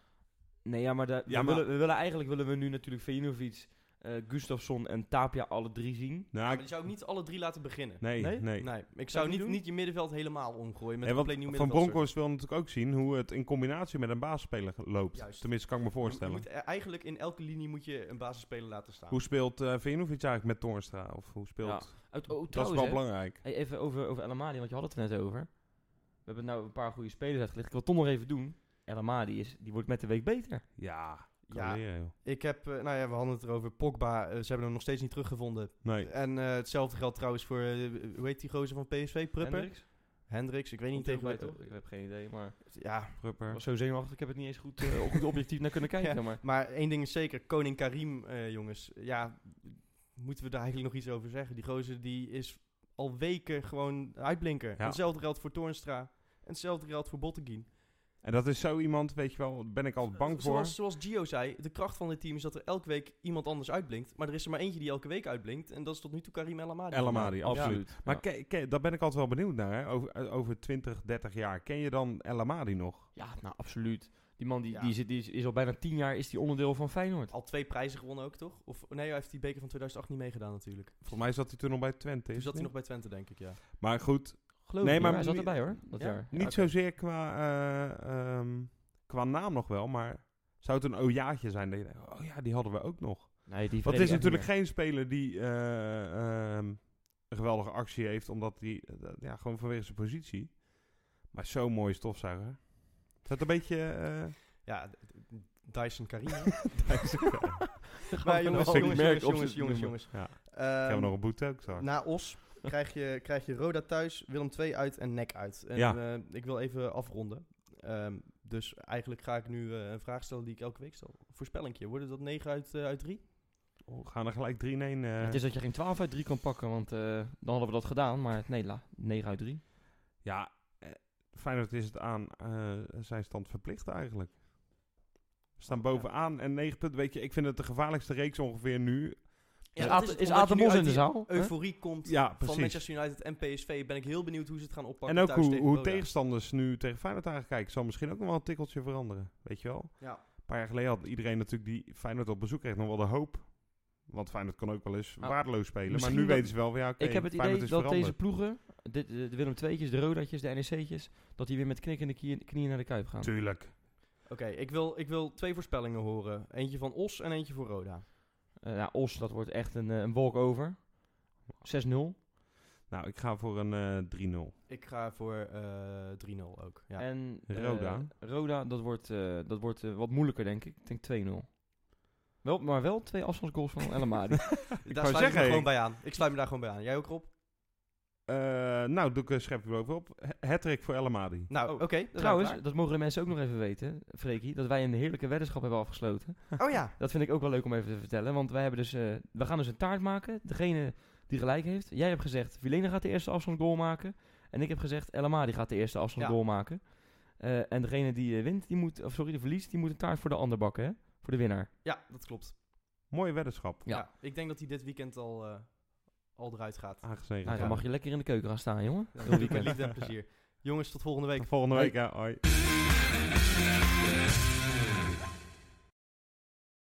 Speaker 3: Nee, ja, maar, de,
Speaker 1: Ja,
Speaker 3: we,
Speaker 1: maar-
Speaker 3: Willen, we willen eigenlijk willen we nu natuurlijk Vejinovic, eh Gustafsson en Tapia alle drie zien.
Speaker 1: Nou,
Speaker 2: Maar
Speaker 1: ik-
Speaker 2: die zou ik niet alle drie laten beginnen.
Speaker 1: nee,
Speaker 3: Nee? Nou,
Speaker 1: nee.
Speaker 2: Nee, ik zou
Speaker 3: je
Speaker 2: niet,
Speaker 3: doen?
Speaker 2: niet je middenveld helemaal omgooien met
Speaker 1: Hè, want
Speaker 2: een compleet nieuw
Speaker 1: van
Speaker 2: middenveld.
Speaker 1: Bronckhorst wil natuurlijk ook zien hoe het in combinatie met een baasspeler ge- loopt.
Speaker 2: Juist.
Speaker 1: Tenminste, kan ik me voorstellen.
Speaker 2: Je moet e- eigenlijk in elke linie moet je een basisspeler laten staan.
Speaker 1: Hoe speelt eh Vinovic eigenlijk met Toornstra? Of hoe speelt...
Speaker 3: Ja. Uit, oh,
Speaker 1: dat is
Speaker 3: trouwens,
Speaker 1: wel
Speaker 3: hè.
Speaker 1: belangrijk.
Speaker 3: Hey, even over, over El Amadi, want je had het er net over. We hebben nou een paar goede spelers uitgelegd. Ik wil het toch nog even doen. El Amadi is, die wordt met de week beter.
Speaker 1: Ja, kan
Speaker 2: ja,
Speaker 1: leren, joh.
Speaker 2: ik heb, eh, nou ja, we hadden het erover. Pogba, eh, ze hebben hem nog steeds niet teruggevonden.
Speaker 1: Nee.
Speaker 2: En eh, hetzelfde geldt trouwens voor, eh, hoe heet die gozer van PSV? Prupper? Hendricks,
Speaker 3: Hendricks?
Speaker 2: ik weet niet
Speaker 3: Komt hij
Speaker 2: tegen wie.
Speaker 3: ook bij, toch? Ik heb geen idee, maar
Speaker 2: Ja,
Speaker 1: Prupper.
Speaker 3: was zo zenuwachtig. Ik heb het niet eens goed, eh, goed objectief naar kunnen kijken.
Speaker 2: Ja.
Speaker 3: Maar
Speaker 2: maar één ding is zeker, Koning Karim, eh, jongens. Ja, moeten we daar eigenlijk nog iets over zeggen? Die gozer die is al weken gewoon uitblinker.
Speaker 1: Ja.
Speaker 2: En Hetzelfde geldt voor Toornstra. En hetzelfde geldt voor Botteguin.
Speaker 1: En dat is zo iemand, weet je wel, daar ben ik altijd bang voor.
Speaker 2: Zoals, zoals Gio zei, de kracht van dit team is dat er elke week iemand anders uitblinkt. Maar er is er maar eentje die elke week uitblinkt. En dat is tot nu toe Karim El Amadi.
Speaker 1: El Amadi,
Speaker 2: Ja.
Speaker 1: absoluut. Maar
Speaker 3: Maar ja.
Speaker 1: ke- ke- daar ben ik altijd wel benieuwd naar. Hè? Over, eh, over 20, 30 jaar. Ken je dan El Amadi nog?
Speaker 3: ja, nou absoluut. Die man die,
Speaker 2: Ja.
Speaker 3: die, zit, die is, is al bijna tien jaar is die onderdeel van Feyenoord.
Speaker 2: Al twee prijzen gewonnen ook, toch? Of nee, hij heeft die beker van 2008 niet meegedaan natuurlijk.
Speaker 1: Volgens mij zat hij toen nog bij Twente.
Speaker 2: Toen
Speaker 1: is
Speaker 2: zat hij
Speaker 1: het
Speaker 2: nog bij Twente, denk ik, ja.
Speaker 1: niet? Maar goed,
Speaker 3: Geloof
Speaker 1: Nee,
Speaker 3: nee, maar
Speaker 1: maar
Speaker 3: hij zat
Speaker 1: nu-
Speaker 3: erbij hoor, dat
Speaker 2: Ja?
Speaker 3: jaar.
Speaker 1: niet zozeer qua, eh, ehm, qua naam nog wel, maar zou het een ojaatje zijn? Dat je denkt, oh ja, die hadden we ook nog.
Speaker 3: Nee, die
Speaker 1: Want het
Speaker 3: vergeet
Speaker 1: is
Speaker 3: ik echt niet
Speaker 1: natuurlijk geen speler die eh, ehm, een geweldige actie heeft, omdat hij, eh, ja, gewoon vanwege zijn positie. Maar zo'n mooie stofzuiger. Is dat een beetje...
Speaker 2: Ehm,
Speaker 1: eh,
Speaker 2: Ja, d- d- Dyson Carina.
Speaker 3: Maar
Speaker 2: maar jongens,
Speaker 1: wel
Speaker 2: jongens,
Speaker 3: merken
Speaker 2: jongens,
Speaker 3: of ze
Speaker 2: jongens, jongens,
Speaker 3: het noemen.
Speaker 2: jongens.
Speaker 1: Ja.
Speaker 2: Ehm,
Speaker 1: Gaan we nog een boete ook straks.
Speaker 2: Na Os krijg je, krijg je Roda thuis, Willem 2 uit en NEC uit. En,
Speaker 1: Ja.
Speaker 2: eh, ik wil even afronden. Ehm, dus eigenlijk ga ik nu eh, een vraag stellen die ik elke week stel. Voorspellingje, worden dat 9 uit, eh, uit 3?
Speaker 1: Oh, we gaan er gelijk 3-1. eh,
Speaker 3: Het is dat je geen 12 uit 3 kan pakken, want eh, dan hadden we dat gedaan. Maar nee, la, 9 uit 3.
Speaker 1: Ja, eh, Feyenoord is het aan eh, zijn stand verplicht eigenlijk. We
Speaker 3: Oh,
Speaker 1: staan bovenaan en 9 punten. Weet je, ik vind het de gevaarlijkste reeks ongeveer nu.
Speaker 3: Is
Speaker 2: dat
Speaker 3: Aad-
Speaker 2: het,
Speaker 3: is
Speaker 2: omdat
Speaker 3: Aad
Speaker 2: je
Speaker 3: de
Speaker 2: nu
Speaker 3: Mos
Speaker 2: uit
Speaker 3: in de
Speaker 2: die
Speaker 3: zaal? hè?
Speaker 2: Euforie komt
Speaker 1: Ja,
Speaker 2: van
Speaker 1: precies.
Speaker 2: Manchester United en PSV. Ben ik heel benieuwd hoe ze het gaan oppakken
Speaker 1: En ook
Speaker 2: thuis
Speaker 1: hoe,
Speaker 2: tegen
Speaker 1: hoe
Speaker 2: Roda.
Speaker 1: tegenstanders nu tegen Feyenoord aankijken, zal misschien ook nog wel een tikkeltje veranderen. Weet je wel?
Speaker 2: Ja.
Speaker 1: Een paar jaar geleden had iedereen natuurlijk die Feyenoord op bezoek kreeg nog wel de hoop. Want Feyenoord kan ook wel eens
Speaker 3: Nou,
Speaker 1: waardeloos spelen. Maar
Speaker 3: misschien
Speaker 1: nu
Speaker 3: dat-
Speaker 1: weten ze wel, van, ja oké,
Speaker 3: ik heb het idee
Speaker 1: Feyenoord
Speaker 3: dat
Speaker 1: is veranderd.
Speaker 3: deze ploegen, dit, eh, de, de Willem II'tjes, de Rodatjes, de NEC'tjes, dat die weer met knikkende knieën, knieën naar de Kuip gaan.
Speaker 1: Tuurlijk.
Speaker 2: Oké, ik, wil, ik wil twee voorspellingen horen. Eentje van Os en eentje voor Roda.
Speaker 3: Eh ja, Os, dat wordt echt een, eh, een walkover. 6-0.
Speaker 1: Nou, ik ga voor een eh, 3-0.
Speaker 2: Ik ga voor eh 3-0 ook. Ja.
Speaker 3: En eh,
Speaker 1: Roda?
Speaker 3: Roda, dat wordt, eh, dat wordt eh, wat moeilijker, denk ik. Ik denk 2-0. Wel, maar wel twee afstandsgoals van El Amadi.
Speaker 2: daar
Speaker 1: wou
Speaker 2: sluit ik
Speaker 1: zeggen,
Speaker 2: me gewoon
Speaker 1: ik-
Speaker 2: bij aan. Ik sluit me daar gewoon bij aan. Jij ook, Rob?
Speaker 1: Eh, nou, doe ik een schepje bovenop. Hattrick voor El Amadi.
Speaker 2: Nou, oké. dan zijn we
Speaker 3: Trouwens,
Speaker 2: klaar.
Speaker 3: dat mogen de mensen ook nog even weten, Freekie, dat wij een heerlijke weddenschap hebben afgesloten.
Speaker 2: Oh ja.
Speaker 3: Dat vind ik ook wel leuk om even te vertellen, want wij hebben dus, eh, we gaan dus een taart maken. Degene die gelijk heeft, jij hebt gezegd, Vilena gaat de eerste afstandsgoal maken. En ik heb gezegd, El Amadi gaat de eerste afstandsgoal maken. Eh, en degene die eh, wint, die moet, of sorry, die verliest, die moet een taart voor de ander bakken, hè? Voor de winnaar.
Speaker 2: Ja, dat klopt.
Speaker 1: Mooie weddenschap.
Speaker 3: Ja.
Speaker 2: Ja. ik denk dat hij dit weekend al, eh, al eruit gaat.
Speaker 1: Aangezien.
Speaker 3: Nou, dan mag je lekker in de keuken gaan staan, jongen.
Speaker 2: Dat
Speaker 3: Heel
Speaker 2: doe ik met
Speaker 3: weekend.
Speaker 2: liefde en plezier. Jongens, tot volgende week.
Speaker 1: Tot volgende
Speaker 3: Hoi.
Speaker 1: week, ja. Hoi.